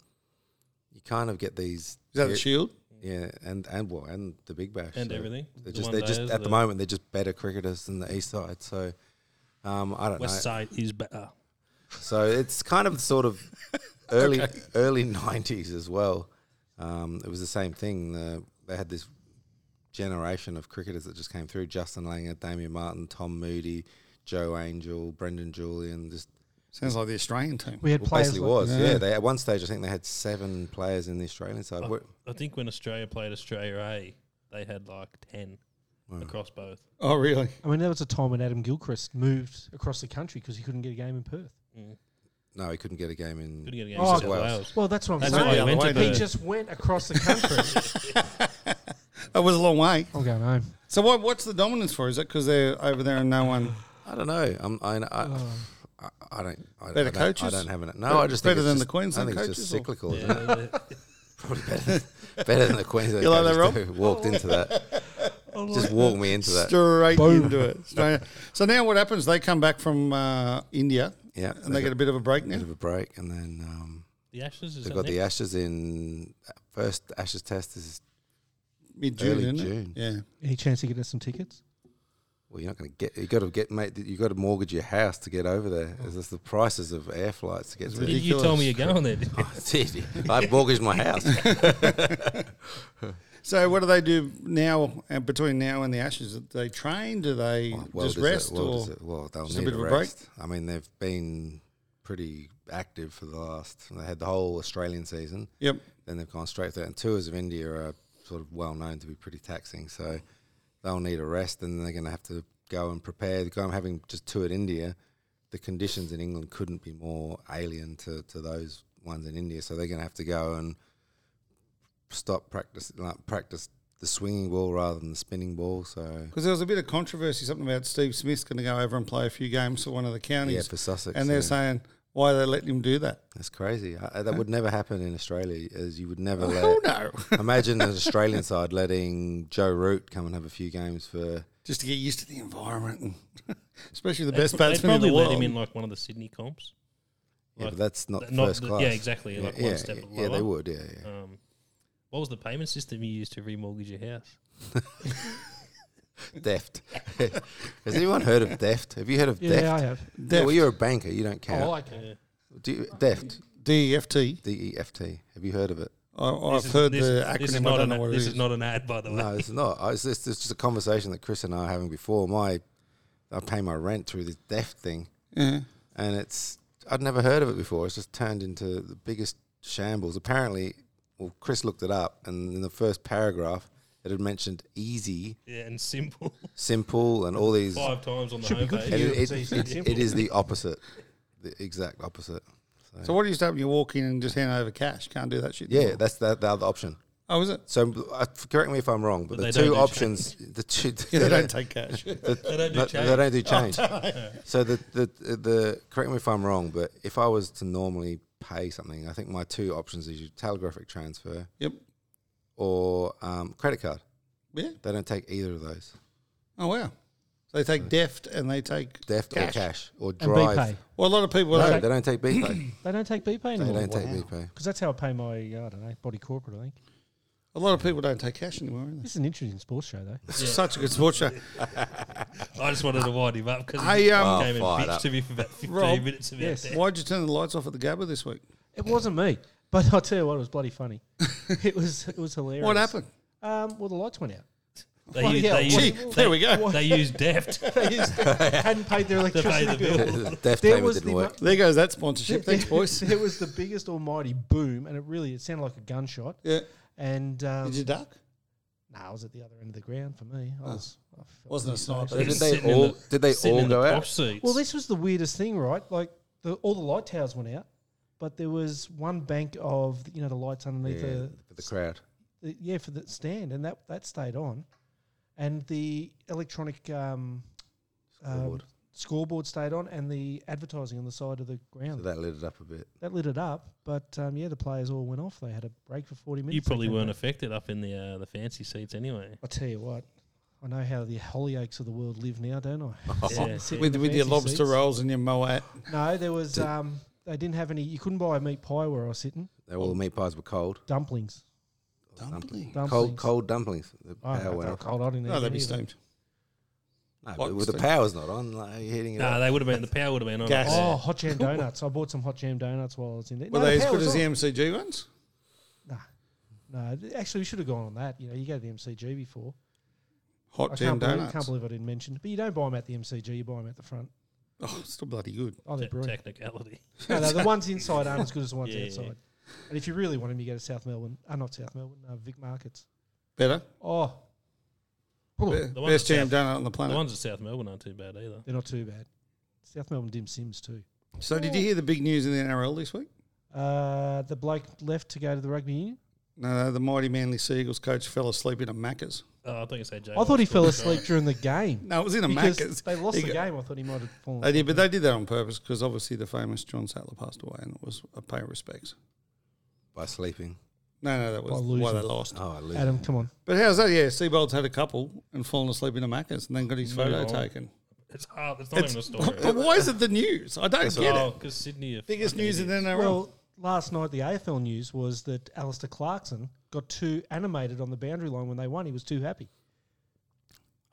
[SPEAKER 6] you kind of get these.
[SPEAKER 5] Is that the Shield?
[SPEAKER 6] Yeah, and and well, and the Big Bash
[SPEAKER 3] And
[SPEAKER 6] so
[SPEAKER 3] everything.
[SPEAKER 6] They're
[SPEAKER 3] The
[SPEAKER 6] just they're just
[SPEAKER 3] one-dayers,
[SPEAKER 6] at the
[SPEAKER 3] the-
[SPEAKER 6] moment they're just better cricketers than the East side. So um, I don't
[SPEAKER 3] West
[SPEAKER 6] know.
[SPEAKER 3] side is better.
[SPEAKER 6] So it's kind of sort of early early nineties as well. Um, it was the same thing. The, they had this generation of cricketers that just came through: Justin Langer, Damian Martin, Tom Moody, Joe Angel, Brendan Julian. Just
[SPEAKER 5] Sounds like the Australian team.
[SPEAKER 4] We had
[SPEAKER 6] well,
[SPEAKER 4] players
[SPEAKER 6] basically
[SPEAKER 4] like-
[SPEAKER 6] was
[SPEAKER 5] Yeah.
[SPEAKER 6] yeah. They at one stage I think they had seven players in the Australian side.
[SPEAKER 3] I,
[SPEAKER 6] We're-
[SPEAKER 3] I think when Australia played Australia A, they had like 10 across both.
[SPEAKER 5] Oh, really?
[SPEAKER 3] Mm.
[SPEAKER 4] I mean, there was a time when Adam Gilchrist moved across the country because he couldn't get a game in Perth.
[SPEAKER 6] No, he couldn't get a game in.
[SPEAKER 3] Couldn't get a game
[SPEAKER 4] Oh,
[SPEAKER 3] in South
[SPEAKER 6] Wales.
[SPEAKER 3] Wales.
[SPEAKER 4] Well, that's what I'm
[SPEAKER 3] That's
[SPEAKER 5] why he
[SPEAKER 4] saying.
[SPEAKER 5] went to
[SPEAKER 4] he
[SPEAKER 3] the-
[SPEAKER 4] just went across the country.
[SPEAKER 5] That was a long way.
[SPEAKER 4] I'm going home.
[SPEAKER 5] So what, what's the dominance for? Is it because they're over there and no one
[SPEAKER 6] I don't know. I'm, I, I,
[SPEAKER 3] Oh.
[SPEAKER 6] I, I don't. I,
[SPEAKER 5] Better
[SPEAKER 6] I don't, I
[SPEAKER 5] coaches?
[SPEAKER 6] don't have an. No,
[SPEAKER 5] Better-
[SPEAKER 6] I just think
[SPEAKER 5] better
[SPEAKER 6] it's
[SPEAKER 5] than the
[SPEAKER 6] just-
[SPEAKER 5] Queensland
[SPEAKER 6] I think
[SPEAKER 5] coaches
[SPEAKER 6] it's just
[SPEAKER 5] or-
[SPEAKER 6] cyclical, isn't it?
[SPEAKER 3] Yeah,
[SPEAKER 6] Probably better, than- better than the Queensland
[SPEAKER 5] You like that,
[SPEAKER 6] coaches
[SPEAKER 5] Rob?
[SPEAKER 6] who walked into that.
[SPEAKER 3] Oh,
[SPEAKER 6] just walked me into that.
[SPEAKER 5] straight
[SPEAKER 4] Boom.
[SPEAKER 5] into it? Straight- so now what happens? They come back from uh, India
[SPEAKER 6] Yeah,
[SPEAKER 5] and they get a bit of a break
[SPEAKER 6] a bit
[SPEAKER 5] now.
[SPEAKER 6] of a break, and then um,
[SPEAKER 3] the Ashes is
[SPEAKER 6] they've
[SPEAKER 3] that
[SPEAKER 6] got the
[SPEAKER 3] next?
[SPEAKER 6] Ashes in first Ashes test is
[SPEAKER 5] Mid June,
[SPEAKER 6] Early
[SPEAKER 5] isn't
[SPEAKER 6] June.
[SPEAKER 5] it? Yeah.
[SPEAKER 4] Any chance you get us some tickets?
[SPEAKER 6] Well, you're not going to get. You got to get, mate. You got to mortgage your house to get over there.
[SPEAKER 3] Oh.
[SPEAKER 6] It's just the prices of air flights to get.
[SPEAKER 5] It's
[SPEAKER 6] to
[SPEAKER 3] You- You told me you're going there. didn't you?
[SPEAKER 6] I did. I mortgaged my house.
[SPEAKER 5] So what do they do now? And between now and the Ashes, Do they train? Do they just
[SPEAKER 6] does
[SPEAKER 5] rest? or
[SPEAKER 6] Oh, It, well, does it- well, they'll
[SPEAKER 5] just a
[SPEAKER 6] need
[SPEAKER 5] bit
[SPEAKER 6] a
[SPEAKER 5] of a break?
[SPEAKER 6] rest. I mean, they've been pretty active for the last. They had the whole Australian season.
[SPEAKER 5] yep,
[SPEAKER 6] Then they've gone straight through. And tours of India are sort of well known to be pretty taxing. So they'll need a rest, and they're going to have to go and prepare. Go and having just toured India. The conditions in England couldn't be more alien to, to those ones in India. So they're going to have to go and stop practice like practice the swinging ball rather than the spinning ball. So
[SPEAKER 5] because there was a bit of controversy, something about Steve Smith's going to go over and play a few games for one of the
[SPEAKER 6] yeah,
[SPEAKER 5] counties,
[SPEAKER 6] for Sussex,
[SPEAKER 5] and they're
[SPEAKER 6] yeah.
[SPEAKER 5] saying why are they letting him do that?
[SPEAKER 6] That's crazy. I, I- that would never happen in Australia, as you would never
[SPEAKER 5] Oh
[SPEAKER 6] let.
[SPEAKER 5] no,
[SPEAKER 6] Imagine an Australian side letting Joe Root come and have a few games for.
[SPEAKER 5] just to get used to the environment, and especially the
[SPEAKER 3] They
[SPEAKER 5] best
[SPEAKER 3] pro- they
[SPEAKER 5] batsman in the
[SPEAKER 3] probably
[SPEAKER 5] world.
[SPEAKER 3] let him in like one of the Sydney comps.
[SPEAKER 6] Yeah,
[SPEAKER 3] Like,
[SPEAKER 6] but that's not,
[SPEAKER 3] th- not
[SPEAKER 6] first
[SPEAKER 3] the-
[SPEAKER 6] class.
[SPEAKER 3] yeah, exactly,
[SPEAKER 6] Yeah,
[SPEAKER 3] like one
[SPEAKER 6] yeah,
[SPEAKER 3] step
[SPEAKER 6] yeah, yeah, they
[SPEAKER 3] lower.
[SPEAKER 6] would. Yeah, yeah.
[SPEAKER 3] Um, what was the payment system you used to remortgage your house?
[SPEAKER 6] Theft. Has anyone heard of theft? Have you heard of
[SPEAKER 4] Yeah,
[SPEAKER 6] theft?
[SPEAKER 4] I have.
[SPEAKER 6] Yeah, well, you're a banker. You don't count.
[SPEAKER 4] Oh, I can.
[SPEAKER 6] Do you, theft.
[SPEAKER 5] DEFT.
[SPEAKER 6] D E F T. Have you heard of it?
[SPEAKER 5] I, I've
[SPEAKER 3] This is-
[SPEAKER 5] heard
[SPEAKER 3] this-
[SPEAKER 5] the
[SPEAKER 3] This is
[SPEAKER 5] acronym. I
[SPEAKER 3] not
[SPEAKER 5] don't
[SPEAKER 3] an
[SPEAKER 5] know
[SPEAKER 3] ad-
[SPEAKER 5] what it
[SPEAKER 3] this
[SPEAKER 5] is.
[SPEAKER 3] is not an ad, by the way.
[SPEAKER 6] No, it's not. I, it's, just, it's just a conversation that Chris and I are having before. My, I pay my rent through this theft thing,
[SPEAKER 5] Yeah.
[SPEAKER 6] and it's I'd never heard of it before. It's just turned into the biggest shambles. Apparently, well, Chris looked it up, and in the first paragraph, it had mentioned easy,
[SPEAKER 3] Yeah, and simple.
[SPEAKER 6] simple, and all these.
[SPEAKER 3] Five times on the
[SPEAKER 4] Should be good
[SPEAKER 3] homepage.
[SPEAKER 4] for
[SPEAKER 6] And
[SPEAKER 4] you.
[SPEAKER 6] it,
[SPEAKER 4] It's
[SPEAKER 6] it,
[SPEAKER 4] easy and
[SPEAKER 6] it, it is the opposite, the exact opposite. So,
[SPEAKER 5] So what do you start when you walk in and just hand over cash? Can't do that shit.
[SPEAKER 6] yeah,
[SPEAKER 5] anymore.
[SPEAKER 6] that's the, the other option.
[SPEAKER 5] oh, is it?
[SPEAKER 6] So uh, correct me if I'm wrong,
[SPEAKER 3] But
[SPEAKER 6] but,
[SPEAKER 3] they
[SPEAKER 6] the
[SPEAKER 3] don't
[SPEAKER 6] two
[SPEAKER 3] do
[SPEAKER 6] options, the two,
[SPEAKER 5] Yeah, they don't take cash.
[SPEAKER 3] They don't do
[SPEAKER 6] No,
[SPEAKER 3] change. Oh,
[SPEAKER 6] They don't do change. so the, the the correct me if I'm wrong, but if I was to normally pay something, I think my two options is your telegraphic transfer
[SPEAKER 5] yep.
[SPEAKER 6] or um, credit card.
[SPEAKER 5] Yeah.
[SPEAKER 6] They don't take either of those.
[SPEAKER 5] Oh wow. So they take deft and they take
[SPEAKER 6] Deft
[SPEAKER 5] Cash.
[SPEAKER 6] or cash or
[SPEAKER 4] And
[SPEAKER 6] drive.
[SPEAKER 4] BPay.
[SPEAKER 5] well a lot of people
[SPEAKER 6] No,
[SPEAKER 5] don't.
[SPEAKER 6] they don't take BPay.
[SPEAKER 4] They don't take BPay
[SPEAKER 6] they
[SPEAKER 4] anymore.
[SPEAKER 6] don't take BPay.
[SPEAKER 4] Because that's how I pay my, I don't know, body corporate, I think.
[SPEAKER 5] a lot of people don't take cash anymore. Either.
[SPEAKER 4] This is an interesting sports show, though.
[SPEAKER 5] It's such a good sports show.
[SPEAKER 3] I just wanted to wind him up because
[SPEAKER 5] Hey,
[SPEAKER 3] he
[SPEAKER 5] um,
[SPEAKER 6] Oh,
[SPEAKER 3] came and
[SPEAKER 6] fired
[SPEAKER 3] bitched
[SPEAKER 6] up.
[SPEAKER 3] to me for about 15
[SPEAKER 5] Rob,
[SPEAKER 3] minutes about
[SPEAKER 4] yes.
[SPEAKER 3] that.
[SPEAKER 5] Why'd you turn the lights off at the Gabba this week?
[SPEAKER 4] It wasn't me, but I'll tell you what, it was bloody funny. it was it was hilarious.
[SPEAKER 5] What happened?
[SPEAKER 4] Um, well, the lights went out.
[SPEAKER 3] They,
[SPEAKER 4] Bloody
[SPEAKER 3] use, they,
[SPEAKER 4] hell, what-
[SPEAKER 3] use,
[SPEAKER 4] what-
[SPEAKER 3] they,
[SPEAKER 5] there we go.
[SPEAKER 3] They use deft
[SPEAKER 4] They just hadn't paid their
[SPEAKER 3] to pay the
[SPEAKER 4] electricity bill.
[SPEAKER 3] bill.
[SPEAKER 6] Deft
[SPEAKER 4] There
[SPEAKER 6] payment
[SPEAKER 4] was
[SPEAKER 6] didn't
[SPEAKER 4] the
[SPEAKER 6] work.
[SPEAKER 5] There goes that sponsorship. Thanks, boys.
[SPEAKER 4] It was the biggest almighty boom, and it really it sounded like a gunshot.
[SPEAKER 5] Yeah.
[SPEAKER 4] And um,
[SPEAKER 5] Did you Oh. duck?
[SPEAKER 4] nah, I was at the other end of the ground for me. I was. I felt
[SPEAKER 5] Wasn't a sniper.
[SPEAKER 6] But did
[SPEAKER 3] He's
[SPEAKER 6] they
[SPEAKER 3] sitting in
[SPEAKER 6] all?
[SPEAKER 3] the-
[SPEAKER 6] Did they
[SPEAKER 3] sitting
[SPEAKER 6] all
[SPEAKER 3] in the
[SPEAKER 6] go
[SPEAKER 3] box
[SPEAKER 6] out?
[SPEAKER 3] seats.
[SPEAKER 4] Well, this was the weirdest thing, right? Like the, all the light towers went out, but there was one bank of you know the lights underneath
[SPEAKER 6] Yeah,
[SPEAKER 4] the,
[SPEAKER 6] for the crowd.
[SPEAKER 4] the- yeah for the stand, and that that stayed on, and the electronic um, um,
[SPEAKER 6] Scoreboard.
[SPEAKER 4] scoreboard stayed on, and the advertising on the side of the
[SPEAKER 6] So
[SPEAKER 4] ground
[SPEAKER 6] that lit it up a bit.
[SPEAKER 4] that lit it up. But um, yeah, the players all went off. They had a break for forty minutes.
[SPEAKER 3] you
[SPEAKER 4] They
[SPEAKER 3] probably
[SPEAKER 4] came
[SPEAKER 3] weren't
[SPEAKER 4] back.
[SPEAKER 3] affected up in the uh, the fancy seats anyway.
[SPEAKER 4] I tell you what. I know how the Hollyoaks of the world live now, don't I?
[SPEAKER 3] Yeah.
[SPEAKER 4] Sitting in
[SPEAKER 5] With
[SPEAKER 4] the
[SPEAKER 5] with your
[SPEAKER 4] fancy
[SPEAKER 5] lobster
[SPEAKER 4] seats.
[SPEAKER 5] rolls and your moat.
[SPEAKER 4] No, there was um, they didn't have any. You couldn't buy a meat pie where I was sitting.
[SPEAKER 6] They all the meat pies were cold.
[SPEAKER 4] Dumplings.
[SPEAKER 6] Dumplings. Cold,
[SPEAKER 4] Dumplings. Oh,
[SPEAKER 6] cold dumplings. The
[SPEAKER 4] I
[SPEAKER 6] power
[SPEAKER 4] don't
[SPEAKER 6] went
[SPEAKER 4] know,
[SPEAKER 6] off.
[SPEAKER 4] cold. I didn't
[SPEAKER 5] Oh, No,
[SPEAKER 4] eat
[SPEAKER 5] they'd
[SPEAKER 4] it
[SPEAKER 5] be
[SPEAKER 4] either.
[SPEAKER 5] steamed.
[SPEAKER 6] No,
[SPEAKER 5] Like
[SPEAKER 6] but with the
[SPEAKER 5] steak.
[SPEAKER 6] power's not on, like are you hitting it.
[SPEAKER 3] No,
[SPEAKER 6] up?
[SPEAKER 3] they would have been the power would have been on.
[SPEAKER 5] Gas.
[SPEAKER 3] Oh,
[SPEAKER 4] Oh, hot jam donuts. I bought some hot jam donuts while I was in there.
[SPEAKER 5] Were
[SPEAKER 4] No,
[SPEAKER 5] they as
[SPEAKER 4] power
[SPEAKER 5] good
[SPEAKER 4] was
[SPEAKER 5] as the
[SPEAKER 4] on.
[SPEAKER 5] MCG ones?
[SPEAKER 4] No, th- actually, we should have gone on that. You know, you go to the MCG before. I
[SPEAKER 5] Hot jam
[SPEAKER 4] can't believe, can't
[SPEAKER 5] donuts.
[SPEAKER 4] believe I didn't mention. it. But you don't buy them at the MCG. You buy them at the front.
[SPEAKER 5] Oh, still bloody good.
[SPEAKER 4] Oh, they're
[SPEAKER 3] te-
[SPEAKER 4] brilliant.
[SPEAKER 3] technicality.
[SPEAKER 4] No, no, the ones inside aren't as good as the ones
[SPEAKER 3] Yeah, yeah,
[SPEAKER 4] outside.
[SPEAKER 3] yeah.
[SPEAKER 4] And if you really want them, you go to South Melbourne. Uh, not South Melbourne. Uh, Vic Markets.
[SPEAKER 5] Better.
[SPEAKER 4] Oh,
[SPEAKER 5] Be-
[SPEAKER 3] The ones
[SPEAKER 5] Best
[SPEAKER 3] at
[SPEAKER 5] jam
[SPEAKER 3] South-
[SPEAKER 5] donut on the
[SPEAKER 3] The
[SPEAKER 5] planet.
[SPEAKER 3] ones at South Melbourne aren't too bad either.
[SPEAKER 4] they're not too bad. South Melbourne dim sims too.
[SPEAKER 5] So, did you hear the big news in the NRL this week?
[SPEAKER 4] Uh, the bloke left to go to the rugby union.
[SPEAKER 5] No, the mighty Manly Seagulls coach fell asleep in a Macca's.
[SPEAKER 3] Oh, I thought you said Jay.
[SPEAKER 4] I thought he
[SPEAKER 3] Law's
[SPEAKER 4] fell
[SPEAKER 3] good.
[SPEAKER 4] asleep during the game.
[SPEAKER 5] No, it was in a
[SPEAKER 4] because
[SPEAKER 5] Macca's.
[SPEAKER 4] They lost
[SPEAKER 5] He
[SPEAKER 4] the
[SPEAKER 5] got-
[SPEAKER 4] game. I thought he might have fallen.
[SPEAKER 5] They
[SPEAKER 4] asleep.
[SPEAKER 5] did, but they did that on purpose because obviously the famous John Sattler passed away, and it was a pay respects.
[SPEAKER 6] by sleeping.
[SPEAKER 5] No, no, that
[SPEAKER 4] By
[SPEAKER 5] was why
[SPEAKER 4] losing.
[SPEAKER 5] they lost.
[SPEAKER 6] Oh, I lose.
[SPEAKER 4] Adam, come on.
[SPEAKER 5] But how's that? Yeah, Seabold's had a couple and fallen asleep in a Macca's, and then got his
[SPEAKER 3] Move
[SPEAKER 5] photo
[SPEAKER 3] on.
[SPEAKER 5] taken.
[SPEAKER 3] It's hard. It's not even a story.
[SPEAKER 5] but why is it the news? I don't get
[SPEAKER 3] oh,
[SPEAKER 5] it.
[SPEAKER 3] because Sydney. Are
[SPEAKER 5] Biggest
[SPEAKER 3] fucking
[SPEAKER 5] news in
[SPEAKER 3] idiots.
[SPEAKER 5] the NRL.
[SPEAKER 4] Well, last night the AFL news was that Alistair Clarkson got too animated on the boundary line when they won. He was too happy.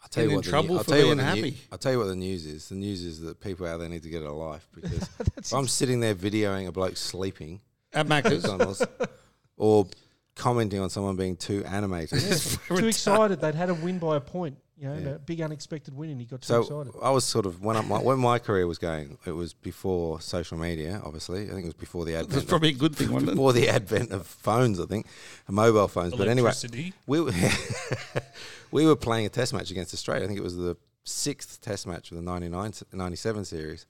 [SPEAKER 6] I'll tell you
[SPEAKER 5] in
[SPEAKER 6] what. the
[SPEAKER 5] trouble
[SPEAKER 6] new- I'll
[SPEAKER 5] for
[SPEAKER 6] tell you
[SPEAKER 5] being
[SPEAKER 6] what the new-
[SPEAKER 5] happy.
[SPEAKER 6] I'll tell you what the news is. The news is that people out there need to get a life because if I'm sitting there videoing a bloke sleeping
[SPEAKER 5] At Macca's,
[SPEAKER 6] McDonald's or commenting on someone being too animated.
[SPEAKER 4] too excited. They'd had a win by a point. You know, a big unexpected win, and he got too
[SPEAKER 6] So
[SPEAKER 4] excited.
[SPEAKER 6] I was sort of when, I, my, when my career was going, it was before social media. Obviously, I think it was before the
[SPEAKER 5] that's
[SPEAKER 6] advent.
[SPEAKER 5] probably a good thing, wasn't it?
[SPEAKER 6] before the advent of phones, I think, and mobile phones. But anyway,
[SPEAKER 3] Electricity.
[SPEAKER 6] we were, we were playing a test match against Australia. I think it was the sixth test match of the 99, s- 97 series.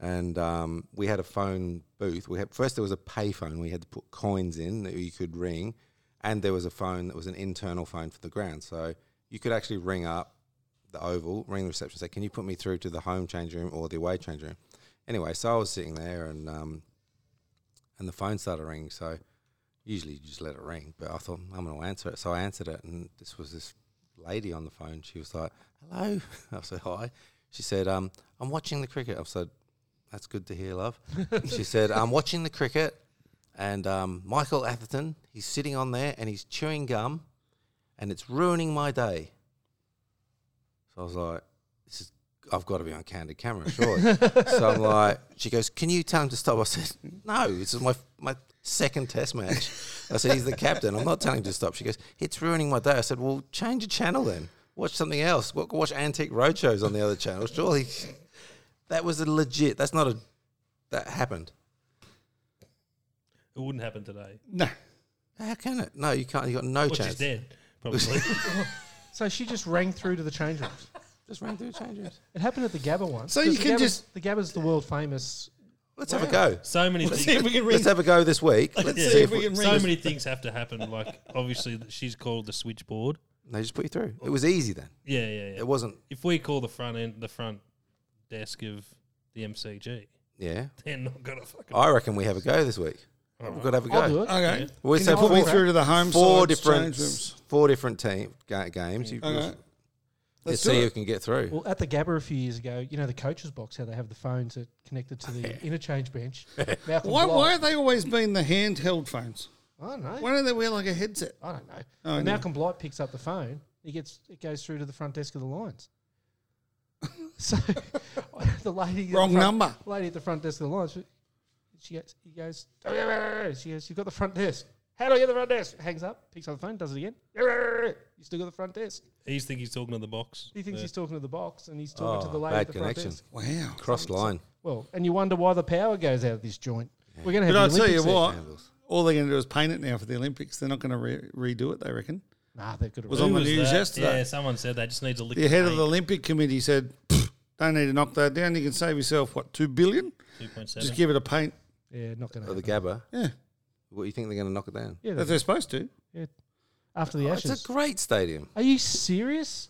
[SPEAKER 6] And um, we had a phone booth. We had first there was a pay phone. We had to put coins in that you could ring, and there was a phone that was an internal phone for the ground. So you could actually ring up the Oval, ring the reception, say, "Can you put me through to the home change room or the away change room?" Anyway, so I was sitting there, and um, and the phone started ringing. So usually you just let it ring, but I thought I'm going to answer it. So I answered it, and this was this lady on the phone. She was like, "Hello," I said, "Hi." She said, um, "I'm watching the cricket." I said, "That's good to hear, love." she said, "I'm watching the cricket, and um, Michael Atherton, he's sitting on there and he's chewing gum, and it's ruining my day." So I was like, "This is." I've got to be on candid camera, surely. so I'm like, she goes, "Can you tell him to stop?" I said, "No, this is my my second test match." I said, "He's the captain. I'm not telling him to stop." She goes, "It's ruining my day." I said, "Well, change the channel then. Watch something else. Wa- Watch antique roadshows on the other channel. Surely that was a legit. That's not a that happened.
[SPEAKER 3] It wouldn't happen today.
[SPEAKER 5] No.
[SPEAKER 6] How can it? No, you can't. You got no
[SPEAKER 3] Which
[SPEAKER 6] chance.
[SPEAKER 3] is dead, probably.
[SPEAKER 4] So she just rang through to the change rooms.
[SPEAKER 6] Just ran through the change rooms.
[SPEAKER 4] It happened at the Gabba once.
[SPEAKER 5] So
[SPEAKER 4] 'cause
[SPEAKER 5] you
[SPEAKER 4] the
[SPEAKER 5] can
[SPEAKER 4] Gabba's-
[SPEAKER 5] just-
[SPEAKER 4] the Gabba's the world famous.
[SPEAKER 6] Let's have a go.
[SPEAKER 3] so many.
[SPEAKER 5] See if
[SPEAKER 3] things.
[SPEAKER 5] we can ring.
[SPEAKER 6] Let's have a go this week. Let's
[SPEAKER 3] Yeah.
[SPEAKER 6] see if
[SPEAKER 5] we
[SPEAKER 6] we
[SPEAKER 5] can
[SPEAKER 3] So
[SPEAKER 5] ring.
[SPEAKER 3] many things have to happen. Like obviously, that she's called the switchboard.
[SPEAKER 6] They just put you through. It was easy then.
[SPEAKER 3] Yeah, yeah, yeah.
[SPEAKER 6] It wasn't.
[SPEAKER 3] If we call the front end, the front desk of the MCG,
[SPEAKER 6] Yeah.
[SPEAKER 3] they're not gonna fucking.
[SPEAKER 5] Oh.
[SPEAKER 6] I reckon we have a go this week. We've got to have a go.
[SPEAKER 4] I'll do it.
[SPEAKER 5] Okay.
[SPEAKER 6] We
[SPEAKER 5] Can
[SPEAKER 6] said
[SPEAKER 5] you put me
[SPEAKER 6] four-
[SPEAKER 5] through to the home
[SPEAKER 6] four
[SPEAKER 5] sides,
[SPEAKER 6] different
[SPEAKER 5] change rooms?
[SPEAKER 6] four different team ga- games. You,
[SPEAKER 5] Okay.
[SPEAKER 6] let's
[SPEAKER 5] Let's do
[SPEAKER 6] see who
[SPEAKER 5] it.
[SPEAKER 6] can get through.
[SPEAKER 4] Well, at the Gabba a few years ago, you know the coaches box, how they have the phones that connected to the interchange bench. Malcolm
[SPEAKER 5] Why,
[SPEAKER 4] Blight-
[SPEAKER 5] why have they always been the handheld phones?
[SPEAKER 4] I don't know.
[SPEAKER 5] Why don't they wear like a headset?
[SPEAKER 4] I don't know.
[SPEAKER 5] Oh,
[SPEAKER 4] When
[SPEAKER 5] no.
[SPEAKER 4] Malcolm Blight picks up the phone. He gets it goes through to the front desk of the Lions. so the lady at the
[SPEAKER 5] Wrong
[SPEAKER 4] front-
[SPEAKER 5] number.
[SPEAKER 4] the Lady at the front desk of the Lions. She goes. He goes. "Oh, She goes. You've got the front desk. How do I get the front desk? Hangs up. Picks up the phone. Does it again. You still got the front desk.
[SPEAKER 3] He's think he's talking to the box.
[SPEAKER 4] He thinks
[SPEAKER 3] Yeah.
[SPEAKER 4] he's talking to the box, and he's talking to the
[SPEAKER 6] Oh,
[SPEAKER 4] lady
[SPEAKER 6] bad
[SPEAKER 4] at the front
[SPEAKER 6] connection.
[SPEAKER 4] desk.
[SPEAKER 5] Wow.
[SPEAKER 6] Cross line.
[SPEAKER 4] Well, and you wonder why the power goes out of this joint. We're going to have.
[SPEAKER 5] But I'll
[SPEAKER 4] the
[SPEAKER 5] tell you
[SPEAKER 4] Olympics there.
[SPEAKER 5] what,
[SPEAKER 6] Handles.
[SPEAKER 5] all they're going to do is paint it now for the Olympics. They're not going to re- redo it, they reckon.
[SPEAKER 4] Nah, they've got to.
[SPEAKER 5] Was
[SPEAKER 3] Who
[SPEAKER 5] on the
[SPEAKER 3] was
[SPEAKER 5] news
[SPEAKER 3] that?
[SPEAKER 5] yesterday.
[SPEAKER 3] Yeah, someone said that just needs a lick.
[SPEAKER 5] The head of the
[SPEAKER 3] paint.
[SPEAKER 5] Olympic Committee said, "Pfft, don't need to knock that down. You can save yourself, what, two billion? Just
[SPEAKER 3] 2.7.
[SPEAKER 5] give it a paint.
[SPEAKER 4] Yeah, not going
[SPEAKER 6] Or the
[SPEAKER 4] to.
[SPEAKER 6] Gabba.
[SPEAKER 5] Yeah,
[SPEAKER 6] What do you think they're going to knock it down?
[SPEAKER 4] Yeah,
[SPEAKER 5] that
[SPEAKER 4] they-
[SPEAKER 5] they're supposed to.
[SPEAKER 4] yeah. After the
[SPEAKER 6] Oh,
[SPEAKER 4] ashes.
[SPEAKER 6] it's a great stadium.
[SPEAKER 4] Are you serious?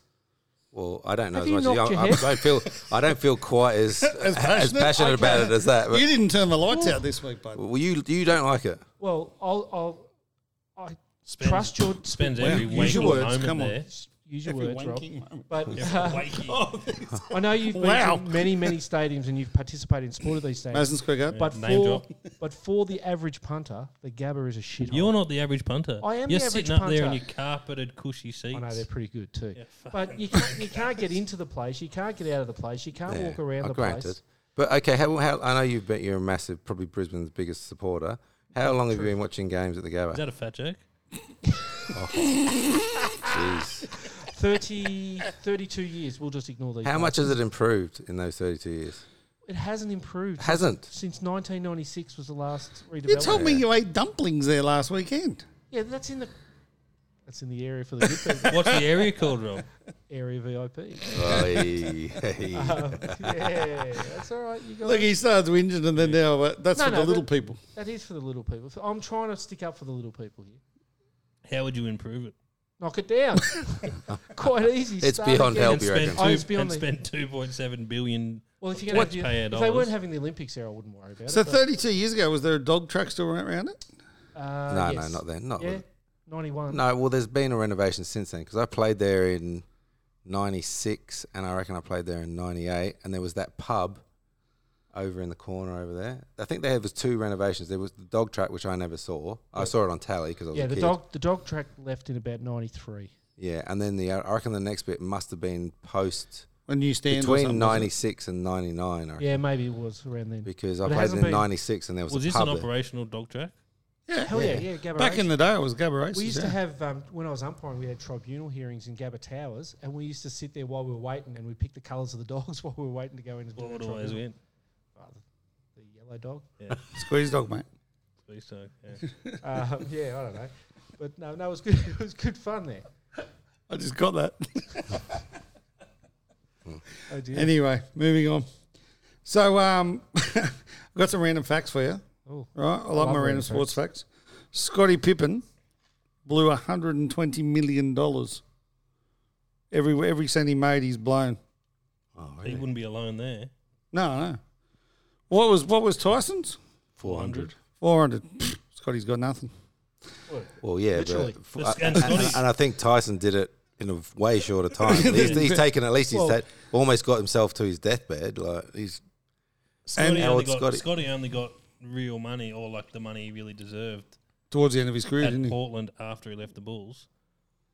[SPEAKER 6] Well, I don't know
[SPEAKER 4] Have
[SPEAKER 6] as
[SPEAKER 4] you
[SPEAKER 6] much. as
[SPEAKER 4] knocked
[SPEAKER 6] I,
[SPEAKER 4] your
[SPEAKER 6] I
[SPEAKER 4] head?
[SPEAKER 6] don't feel. I don't feel quite as as passionate, about it as that. But
[SPEAKER 5] You didn't turn the lights out this week, bud.
[SPEAKER 6] well, you you don't like it.
[SPEAKER 4] Well, I'll, I'll I
[SPEAKER 3] Spends-
[SPEAKER 4] trust your
[SPEAKER 3] Spends
[SPEAKER 5] Wow.
[SPEAKER 3] every
[SPEAKER 5] Use
[SPEAKER 3] waking
[SPEAKER 5] your words,
[SPEAKER 3] moment
[SPEAKER 5] come on.
[SPEAKER 3] there.
[SPEAKER 4] use your words, Rob.
[SPEAKER 5] wanking moment.
[SPEAKER 4] But
[SPEAKER 3] Yeah,
[SPEAKER 4] uh,
[SPEAKER 3] waking.
[SPEAKER 4] I know you've been
[SPEAKER 5] Wow.
[SPEAKER 4] to many, many stadiums and you've participated in sport of these stadiums.
[SPEAKER 5] Madison Square Garden.
[SPEAKER 4] But
[SPEAKER 3] Name
[SPEAKER 4] for
[SPEAKER 3] drop.
[SPEAKER 4] but for the average punter, the Gabba is a shit.
[SPEAKER 3] You're not the average punter.
[SPEAKER 4] I am
[SPEAKER 3] You're
[SPEAKER 4] the average
[SPEAKER 3] sitting up there in
[SPEAKER 4] punter.
[SPEAKER 3] your carpeted, cushy seats.
[SPEAKER 4] I know they're pretty good too. but you can't, you can't get into the place. You can't get out of the place. You can't
[SPEAKER 6] Yeah,
[SPEAKER 4] walk around
[SPEAKER 6] I
[SPEAKER 4] the
[SPEAKER 6] grant
[SPEAKER 4] place.
[SPEAKER 6] it. But okay, how, how I know you've been, you're a massive, probably Brisbane's biggest supporter. How long have you been watching games at the
[SPEAKER 3] Is
[SPEAKER 6] Gabba?
[SPEAKER 3] that a fat joke?
[SPEAKER 6] Jeez.
[SPEAKER 4] 30, 32 years. We'll just ignore these.
[SPEAKER 6] How
[SPEAKER 4] guys.
[SPEAKER 6] much has it improved in those 32 years?
[SPEAKER 4] It hasn't improved
[SPEAKER 6] Hasn't.
[SPEAKER 4] since 1996 was the last redevelopment.
[SPEAKER 5] You told me you ate dumplings there last weekend.
[SPEAKER 4] Yeah, that's in the. That's in the area for the good people.
[SPEAKER 3] What's the area called, Rob?
[SPEAKER 4] area VIP.
[SPEAKER 6] Oi.
[SPEAKER 4] Um, yeah, that's all right. You got
[SPEAKER 5] Look, he started whinging, and then now uh, that's
[SPEAKER 4] No,
[SPEAKER 5] for
[SPEAKER 4] no,
[SPEAKER 5] the little
[SPEAKER 4] but-
[SPEAKER 5] people.
[SPEAKER 4] that is for the little people. So I'm trying to stick up for the little people here.
[SPEAKER 3] How would you improve it?
[SPEAKER 4] Knock it down. Quite easy.
[SPEAKER 6] It's
[SPEAKER 4] Start
[SPEAKER 6] beyond
[SPEAKER 4] again.
[SPEAKER 6] help,
[SPEAKER 3] And
[SPEAKER 6] you
[SPEAKER 3] spend,
[SPEAKER 6] reckon?
[SPEAKER 3] two,
[SPEAKER 4] Oh, it's beyond
[SPEAKER 3] and
[SPEAKER 4] the-
[SPEAKER 3] spend two point seven billion.
[SPEAKER 4] Well, if you're going to do,
[SPEAKER 3] Taxpayer
[SPEAKER 4] if they
[SPEAKER 3] dollars.
[SPEAKER 4] weren't having the Olympics here, I wouldn't worry about
[SPEAKER 5] So
[SPEAKER 4] it. but,
[SPEAKER 5] 32 years ago, was there a dog track still right around it?
[SPEAKER 4] uh,
[SPEAKER 6] No, no,
[SPEAKER 4] yes.
[SPEAKER 6] not then. Not
[SPEAKER 4] Yeah,
[SPEAKER 6] then.
[SPEAKER 4] ninety-one.
[SPEAKER 6] No, well, there's been a renovation since then because I played there in '96, and I reckon I played there in '98, and there was that pub over in the corner over there. I think there was two renovations. There was the dog track, which I never saw. I saw it on tally because I was
[SPEAKER 4] Yeah,
[SPEAKER 6] a
[SPEAKER 4] the
[SPEAKER 6] kid.
[SPEAKER 4] dog the dog track left in about ninety-three.
[SPEAKER 6] Yeah, and then the uh, I reckon the next bit must have been post
[SPEAKER 5] A new stand or
[SPEAKER 6] between
[SPEAKER 5] something, was it?
[SPEAKER 6] '96 and '99. I reckon,
[SPEAKER 4] Yeah, maybe it was around then.
[SPEAKER 6] because
[SPEAKER 4] But
[SPEAKER 6] I
[SPEAKER 4] it
[SPEAKER 6] played
[SPEAKER 4] hasn't
[SPEAKER 6] in
[SPEAKER 4] been-
[SPEAKER 6] '96, and there was,
[SPEAKER 3] Was
[SPEAKER 6] a
[SPEAKER 3] this
[SPEAKER 6] pub
[SPEAKER 3] an
[SPEAKER 6] there.
[SPEAKER 3] operational dog track?
[SPEAKER 4] Hell
[SPEAKER 6] yeah.
[SPEAKER 4] yeah, yeah. Gabba
[SPEAKER 5] Back in the day, it was Gabba races.
[SPEAKER 4] We used
[SPEAKER 5] yeah.
[SPEAKER 4] to have um, when I was umpiring, we had tribunal hearings in Gabba Towers, and we used to sit there while we were waiting, and we picked the colours of the dogs while we were waiting to go in. and do
[SPEAKER 3] What
[SPEAKER 4] the
[SPEAKER 3] would always
[SPEAKER 4] tribunal.
[SPEAKER 3] win?
[SPEAKER 4] Oh, the- the yellow dog.
[SPEAKER 5] squeeze dog, mate.
[SPEAKER 3] Please don't, yeah.
[SPEAKER 4] um, yeah, I don't know, but no, no, it was good. It was good fun there.
[SPEAKER 5] I just got that.
[SPEAKER 4] Oh dear.
[SPEAKER 5] Anyway, moving on. So, um, I've got some random facts for you.
[SPEAKER 4] oh,
[SPEAKER 5] Right, I
[SPEAKER 4] love
[SPEAKER 5] like my random
[SPEAKER 4] random
[SPEAKER 5] sports facts. Scotty Pippen blew 120 million dollars. Every every cent he made, he's blown.
[SPEAKER 6] Oh,
[SPEAKER 3] He
[SPEAKER 6] really?
[SPEAKER 3] wouldn't be alone there.
[SPEAKER 5] No, no. What was what was Tyson's?
[SPEAKER 6] 400.
[SPEAKER 5] 400. Scotty's got nothing.
[SPEAKER 6] Well, yeah,
[SPEAKER 4] Literally.
[SPEAKER 6] but f-
[SPEAKER 3] That's- and
[SPEAKER 6] and, and,
[SPEAKER 3] Scotty-
[SPEAKER 6] and I think Tyson did it in a way shorter time. he's, he's taken at least he's
[SPEAKER 4] Well-
[SPEAKER 6] ta- almost got himself to his deathbed. Like he's
[SPEAKER 5] And
[SPEAKER 3] Scotty
[SPEAKER 6] Howard
[SPEAKER 3] only, got,
[SPEAKER 6] Scotty.
[SPEAKER 3] Scotty only got real money, or like the money he really deserved,
[SPEAKER 5] Towards the end of his career,
[SPEAKER 3] at
[SPEAKER 5] didn't he?
[SPEAKER 3] Portland after he left the Bulls.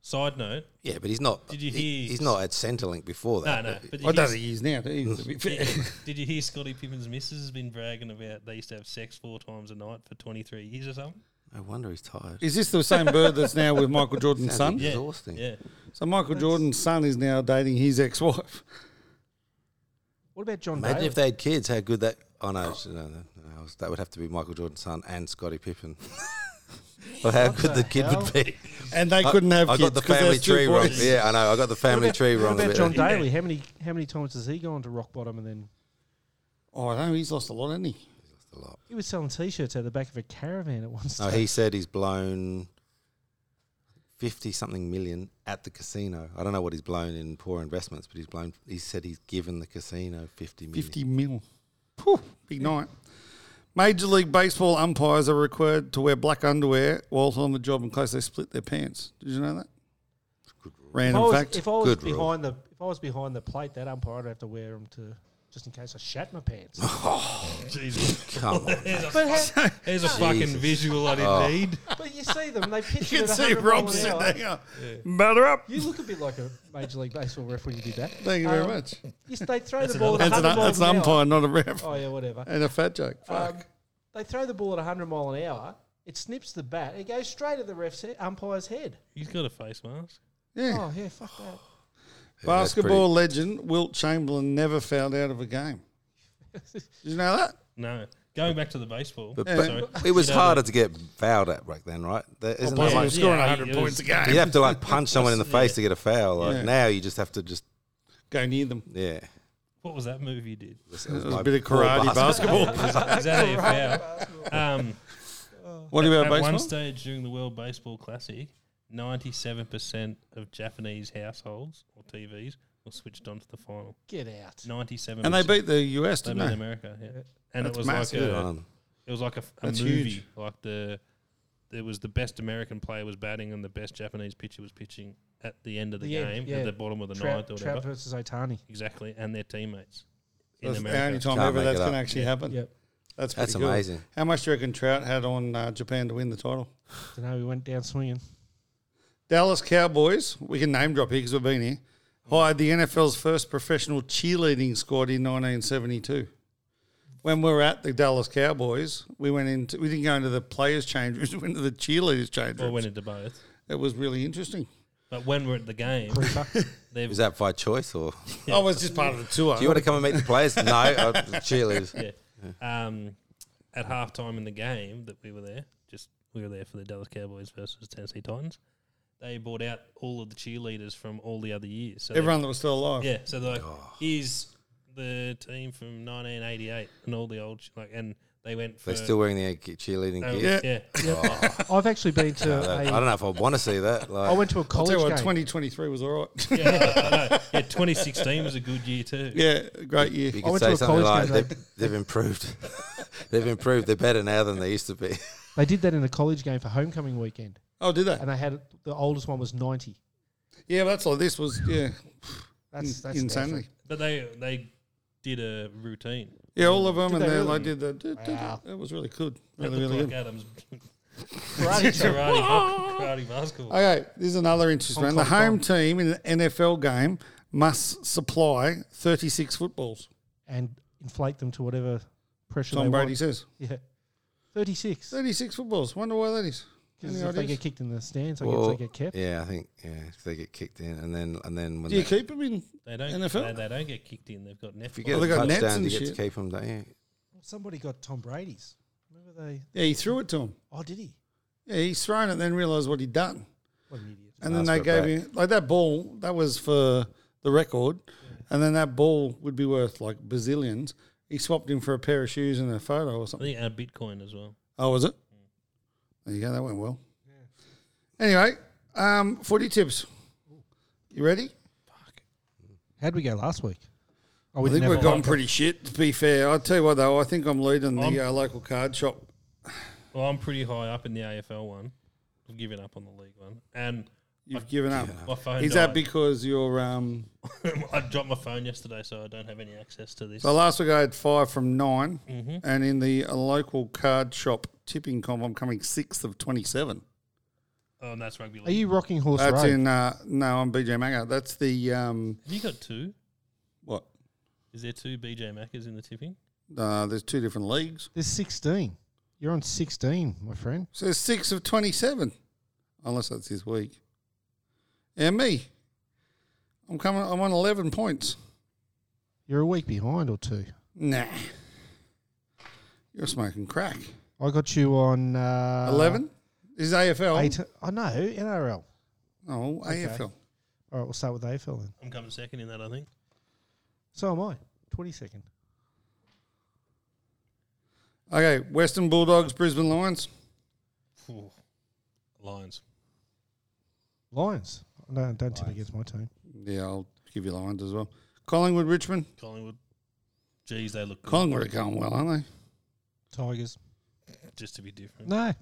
[SPEAKER 3] Side note,
[SPEAKER 6] yeah, but he's not.
[SPEAKER 3] Did you
[SPEAKER 6] he-
[SPEAKER 3] hear-
[SPEAKER 6] he's not at Centrelink before
[SPEAKER 3] no,
[SPEAKER 6] that.
[SPEAKER 3] no.
[SPEAKER 6] but-
[SPEAKER 3] But
[SPEAKER 5] Well,
[SPEAKER 3] did you
[SPEAKER 5] does he is now? to be fair.
[SPEAKER 3] Yeah. Did you hear Scotty Pippen's missus has been bragging about they used to have sex four times a night for 23 years or something?
[SPEAKER 6] No wonder he's tired.
[SPEAKER 5] Is this the same bird that's now with Michael Jordan's
[SPEAKER 6] Sounds
[SPEAKER 5] son?
[SPEAKER 6] Yeah.
[SPEAKER 3] Yeah.
[SPEAKER 6] Exhausting.
[SPEAKER 3] Yeah.
[SPEAKER 5] So Michael Jordan's son is now dating his ex-wife.
[SPEAKER 4] what about John?
[SPEAKER 6] Imagine
[SPEAKER 4] Baylor?
[SPEAKER 6] if they had kids, how good that. Oh no, no, no, no, I was- that would have to be Michael Jordan's son and Scottie Pippen. well, how
[SPEAKER 4] What
[SPEAKER 6] good the
[SPEAKER 4] the
[SPEAKER 6] kid
[SPEAKER 4] hell?
[SPEAKER 6] would be.
[SPEAKER 5] And they couldn't have
[SPEAKER 6] I
[SPEAKER 5] kids
[SPEAKER 6] got the
[SPEAKER 5] 'cause they're
[SPEAKER 6] family
[SPEAKER 5] still
[SPEAKER 6] tree wrong.
[SPEAKER 5] boys.
[SPEAKER 6] Yeah, I know. I got the family tree
[SPEAKER 4] What
[SPEAKER 6] wrong. a
[SPEAKER 4] about
[SPEAKER 6] bit
[SPEAKER 4] John
[SPEAKER 6] there.
[SPEAKER 4] Daly? How many how many times has he gone to rock bottom and then
[SPEAKER 5] Oh, I know he's lost a lot, hasn't he?
[SPEAKER 6] A lot.
[SPEAKER 4] he was selling T-shirts out of the back of a caravan at one
[SPEAKER 6] No,
[SPEAKER 4] stage?
[SPEAKER 6] he said he's blown fifty something million at the casino. I don't know what he's blown in poor investments, but he's blown. He said he's given the casino fifty million.
[SPEAKER 5] 50 mil. Phew, big night. Major League Baseball umpires are required to wear black underwear whilst on the job in case they split their pants. Did you know that?
[SPEAKER 4] If I
[SPEAKER 5] Random
[SPEAKER 4] was,
[SPEAKER 5] fact.
[SPEAKER 4] if I was
[SPEAKER 6] Good rule.
[SPEAKER 4] behind the if I was behind the plate, that umpire, I'd have to wear them to just in case I shat my pants.
[SPEAKER 3] Jesus.
[SPEAKER 6] Come on,
[SPEAKER 3] There's a,
[SPEAKER 4] but, ha-
[SPEAKER 3] there's a fucking visual I didn't
[SPEAKER 5] Oh.
[SPEAKER 3] need.
[SPEAKER 4] but you see them, they pitch
[SPEAKER 5] you
[SPEAKER 4] it
[SPEAKER 5] can
[SPEAKER 4] at
[SPEAKER 5] see
[SPEAKER 4] 100
[SPEAKER 5] Rob
[SPEAKER 4] miles an
[SPEAKER 5] sitting
[SPEAKER 4] hour.
[SPEAKER 5] there. Batter up.
[SPEAKER 4] You look a bit like a major league baseball ref when you did that.
[SPEAKER 5] Thank you very
[SPEAKER 4] Um,
[SPEAKER 5] much.
[SPEAKER 4] Yes, they throw
[SPEAKER 3] That's
[SPEAKER 4] the ball at
[SPEAKER 5] That's an,
[SPEAKER 4] 100 miles
[SPEAKER 5] that's an
[SPEAKER 4] an hour.
[SPEAKER 5] umpire, not a ref.
[SPEAKER 4] Oh yeah, whatever.
[SPEAKER 5] And a fat joke. Fuck.
[SPEAKER 4] Um, they throw the ball at 100 mile an hour. It snips the bat. It goes straight at the ref's he- umpire's head.
[SPEAKER 3] He's got a face mask.
[SPEAKER 5] yeah.
[SPEAKER 4] Oh yeah, fuck that.
[SPEAKER 5] Basketball legend Wilt Chamberlain never fouled out of a game. Did you know that?
[SPEAKER 3] No. Going back to the baseball.
[SPEAKER 6] But,
[SPEAKER 5] Yeah.
[SPEAKER 6] but
[SPEAKER 3] Sorry.
[SPEAKER 6] it was
[SPEAKER 3] You know,
[SPEAKER 6] harder to get fouled at back then, right? There isn't
[SPEAKER 5] Well,
[SPEAKER 6] that
[SPEAKER 5] he
[SPEAKER 3] yeah,
[SPEAKER 5] was
[SPEAKER 6] much?
[SPEAKER 5] scoring
[SPEAKER 3] yeah,
[SPEAKER 5] 100
[SPEAKER 3] it
[SPEAKER 5] points a
[SPEAKER 3] was-
[SPEAKER 5] game.
[SPEAKER 6] You have to like punch someone in the face
[SPEAKER 3] Yeah.
[SPEAKER 6] to get a foul. Like
[SPEAKER 5] Yeah.
[SPEAKER 6] now, you just have to just
[SPEAKER 5] Go near them.
[SPEAKER 6] yeah.
[SPEAKER 3] What was that movie you did?
[SPEAKER 6] It
[SPEAKER 5] It was a bit of karate basketball.
[SPEAKER 3] Is that a foul? Um,
[SPEAKER 5] what about
[SPEAKER 3] at one
[SPEAKER 5] baseball?
[SPEAKER 3] stage during the World Baseball Classic, 97% of Japanese households or TVs were switched on to the final.
[SPEAKER 4] Get out.
[SPEAKER 3] 97%.
[SPEAKER 5] And they beat the US,
[SPEAKER 3] They
[SPEAKER 5] didn't
[SPEAKER 3] beat
[SPEAKER 5] they?
[SPEAKER 3] America, yeah. And
[SPEAKER 5] That's
[SPEAKER 3] it was
[SPEAKER 5] massive.
[SPEAKER 3] like a,
[SPEAKER 6] Um,
[SPEAKER 3] It was like a, a
[SPEAKER 5] That's
[SPEAKER 3] movie.
[SPEAKER 5] huge.
[SPEAKER 3] Like the there was the best American player was batting and the best Japanese pitcher was pitching at the end of the,
[SPEAKER 4] The
[SPEAKER 3] game
[SPEAKER 4] end, yeah.
[SPEAKER 3] at the bottom of the
[SPEAKER 4] Trout,
[SPEAKER 3] ninth or whatever.
[SPEAKER 4] Trout versus Otani.
[SPEAKER 3] Exactly, and their teammates in
[SPEAKER 5] That's the only
[SPEAKER 3] America.
[SPEAKER 5] time
[SPEAKER 6] Can't
[SPEAKER 5] ever
[SPEAKER 6] make
[SPEAKER 5] that's
[SPEAKER 6] it
[SPEAKER 5] going to
[SPEAKER 6] up.
[SPEAKER 5] actually happen.
[SPEAKER 4] Yep.
[SPEAKER 5] That's pretty
[SPEAKER 6] That's
[SPEAKER 5] cool.
[SPEAKER 6] amazing.
[SPEAKER 5] How much do you reckon Trout had on uh, Japan to win the title?
[SPEAKER 4] So now we went down swinging.
[SPEAKER 5] Dallas Cowboys, we can name drop here because we've been here, hired the NFL's first professional cheerleading squad in 1972. When we were at the Dallas Cowboys, we went into we didn't go into the players' change rooms, we went to the cheerleaders' change
[SPEAKER 3] Or
[SPEAKER 5] rooms.
[SPEAKER 3] went into both.
[SPEAKER 5] it was really interesting.
[SPEAKER 3] But when we're at the game, they've
[SPEAKER 6] Is that by choice or
[SPEAKER 5] I was just part of the tour.
[SPEAKER 6] do you want to come and meet the players? No, uh, cheerleaders.
[SPEAKER 3] yeah, um, at halftime in the game that we were there. Just we were there for the Dallas Cowboys versus Tennessee Titans. they brought out all of the cheerleaders from all the other years. So they-
[SPEAKER 5] Everyone that was still alive.
[SPEAKER 3] yeah, so they're like, here's the team from 1988 and all the old ch- like, and they went for
[SPEAKER 6] They're still wearing their ge- cheerleading
[SPEAKER 3] oh,
[SPEAKER 6] gear.
[SPEAKER 3] yeah.
[SPEAKER 4] I've actually been to
[SPEAKER 6] Uh, I
[SPEAKER 4] a.
[SPEAKER 6] don't know if I want to see that. Like,
[SPEAKER 4] I went to a
[SPEAKER 5] I'll
[SPEAKER 4] college
[SPEAKER 5] tell you what,
[SPEAKER 4] game.
[SPEAKER 5] 2023 was all right.
[SPEAKER 3] Yeah, I know. Yeah, 2016 was a good year too.
[SPEAKER 5] yeah, great year.
[SPEAKER 6] you
[SPEAKER 4] I
[SPEAKER 6] could
[SPEAKER 4] went
[SPEAKER 6] say
[SPEAKER 4] to a
[SPEAKER 6] something
[SPEAKER 4] college
[SPEAKER 6] like
[SPEAKER 4] game,
[SPEAKER 6] they've, they've improved. they've improved. They're better now than they used to be.
[SPEAKER 4] They did that in a college game for homecoming weekend,
[SPEAKER 5] Oh, did they?
[SPEAKER 4] and they had the oldest one was ninety.
[SPEAKER 5] Yeah, but that's like this was yeah
[SPEAKER 4] That's that's
[SPEAKER 5] insanity.
[SPEAKER 3] But they they did a routine.
[SPEAKER 5] Yeah, all of them,
[SPEAKER 4] Did
[SPEAKER 5] and
[SPEAKER 4] they
[SPEAKER 5] then
[SPEAKER 4] really?
[SPEAKER 5] like did the. Did, did,
[SPEAKER 4] Wow.
[SPEAKER 5] It was really good,
[SPEAKER 3] That
[SPEAKER 5] really,
[SPEAKER 3] looked
[SPEAKER 5] really
[SPEAKER 3] like
[SPEAKER 5] good.
[SPEAKER 3] Adam's
[SPEAKER 4] different. Karate
[SPEAKER 3] karate, karate basketball.
[SPEAKER 5] Okay, this is another interesting
[SPEAKER 4] Hong
[SPEAKER 5] one. The
[SPEAKER 4] Kong
[SPEAKER 5] home team in an NFL game must supply 36 footballs.
[SPEAKER 4] and inflate them to whatever pressure
[SPEAKER 5] Tom
[SPEAKER 4] they
[SPEAKER 5] Brady
[SPEAKER 4] want.
[SPEAKER 5] says
[SPEAKER 4] Yeah, thirty six.
[SPEAKER 5] 36 footballs. Wonder why that is.
[SPEAKER 4] Because
[SPEAKER 5] Any
[SPEAKER 4] if they
[SPEAKER 5] ideas?
[SPEAKER 4] get kicked in the stands, I guess
[SPEAKER 6] Well,
[SPEAKER 4] they get kept.
[SPEAKER 6] Yeah, I think yeah, if they get kicked in, and then and then when
[SPEAKER 5] Do you
[SPEAKER 6] they,
[SPEAKER 5] keep them in?
[SPEAKER 3] They don't
[SPEAKER 5] NFL?
[SPEAKER 3] They, they don't get kicked in. They've got
[SPEAKER 6] if you
[SPEAKER 3] netball.
[SPEAKER 6] get
[SPEAKER 5] Well,
[SPEAKER 6] a
[SPEAKER 5] Oh, they got nets
[SPEAKER 6] touchdown, you
[SPEAKER 5] and
[SPEAKER 6] get to
[SPEAKER 5] shit.
[SPEAKER 6] keep them, don't you?
[SPEAKER 7] Somebody got Tom Brady's. Remember they?
[SPEAKER 5] Yeah, he threw it to him.
[SPEAKER 7] Oh, did he?
[SPEAKER 5] Yeah, he's thrown it, then realised what he'd done.
[SPEAKER 7] What an idiot!
[SPEAKER 5] And
[SPEAKER 6] Asked
[SPEAKER 5] then they
[SPEAKER 6] for it
[SPEAKER 5] gave him, like that ball, that was for the record. And then that ball would be worth like bazillions. He swapped him for a pair of shoes and a photo or
[SPEAKER 3] I
[SPEAKER 5] something.
[SPEAKER 3] think uh, Bitcoin as well.
[SPEAKER 5] Oh, was it? There you go. Mm. That went well. Anyway, um, footy tips. You ready?
[SPEAKER 7] How'd we go last week? Oh,
[SPEAKER 5] I
[SPEAKER 7] we
[SPEAKER 5] think
[SPEAKER 7] never
[SPEAKER 5] we've gone pretty shit, to be fair. I'll tell you what, though, I think I'm leading
[SPEAKER 3] I'm-
[SPEAKER 5] the uh, local card shop.
[SPEAKER 3] Well, I'm pretty high up in the AFL one. I've given up on the league one, and
[SPEAKER 5] You've given up.
[SPEAKER 3] my phone.
[SPEAKER 5] Is that
[SPEAKER 3] died.
[SPEAKER 5] because you're. Um,
[SPEAKER 3] I dropped my phone yesterday, so I don't have any access to this.
[SPEAKER 5] so last week I had five from 9 and in the uh, local card shop tipping comp, I'm coming sixth of 27.
[SPEAKER 3] Oh, and that's rugby league.
[SPEAKER 4] Are you rocking horse
[SPEAKER 5] That's
[SPEAKER 4] road?
[SPEAKER 5] in. Uh, no, I'm BJ Manger. That's the. Um,
[SPEAKER 3] have you got two?
[SPEAKER 5] what?
[SPEAKER 3] Is there two BJ Mackers in the tipping?
[SPEAKER 5] Uh, there's two different leagues.
[SPEAKER 4] There's sixteen.
[SPEAKER 7] You're on sixteen, my friend.
[SPEAKER 5] So it's six of 27, unless that's this week. And me, I'm coming. I'm on 11 points.
[SPEAKER 7] You're a week behind or two.
[SPEAKER 5] Nah, you're smoking crack.
[SPEAKER 7] I got you on
[SPEAKER 4] Uh-huh.
[SPEAKER 7] uh,
[SPEAKER 5] 11 This is AFL.
[SPEAKER 7] Eight. I know NRL.
[SPEAKER 5] Oh, AFL.
[SPEAKER 7] All right, we'll start with AFL then.
[SPEAKER 3] I'm coming second in that, I think.
[SPEAKER 7] So am I. Twenty second.
[SPEAKER 5] Okay, Western Bulldogs, Brisbane Lions.
[SPEAKER 3] Phew. Lions.
[SPEAKER 7] Lions. No, don't tip against my team.
[SPEAKER 5] Yeah, I'll give you Lions as well. Collingwood, Richmond.
[SPEAKER 3] Collingwood. Geez, they look good,
[SPEAKER 5] Collingwood are going well, aren't they?
[SPEAKER 7] Tigers.
[SPEAKER 3] just to be different.
[SPEAKER 7] No,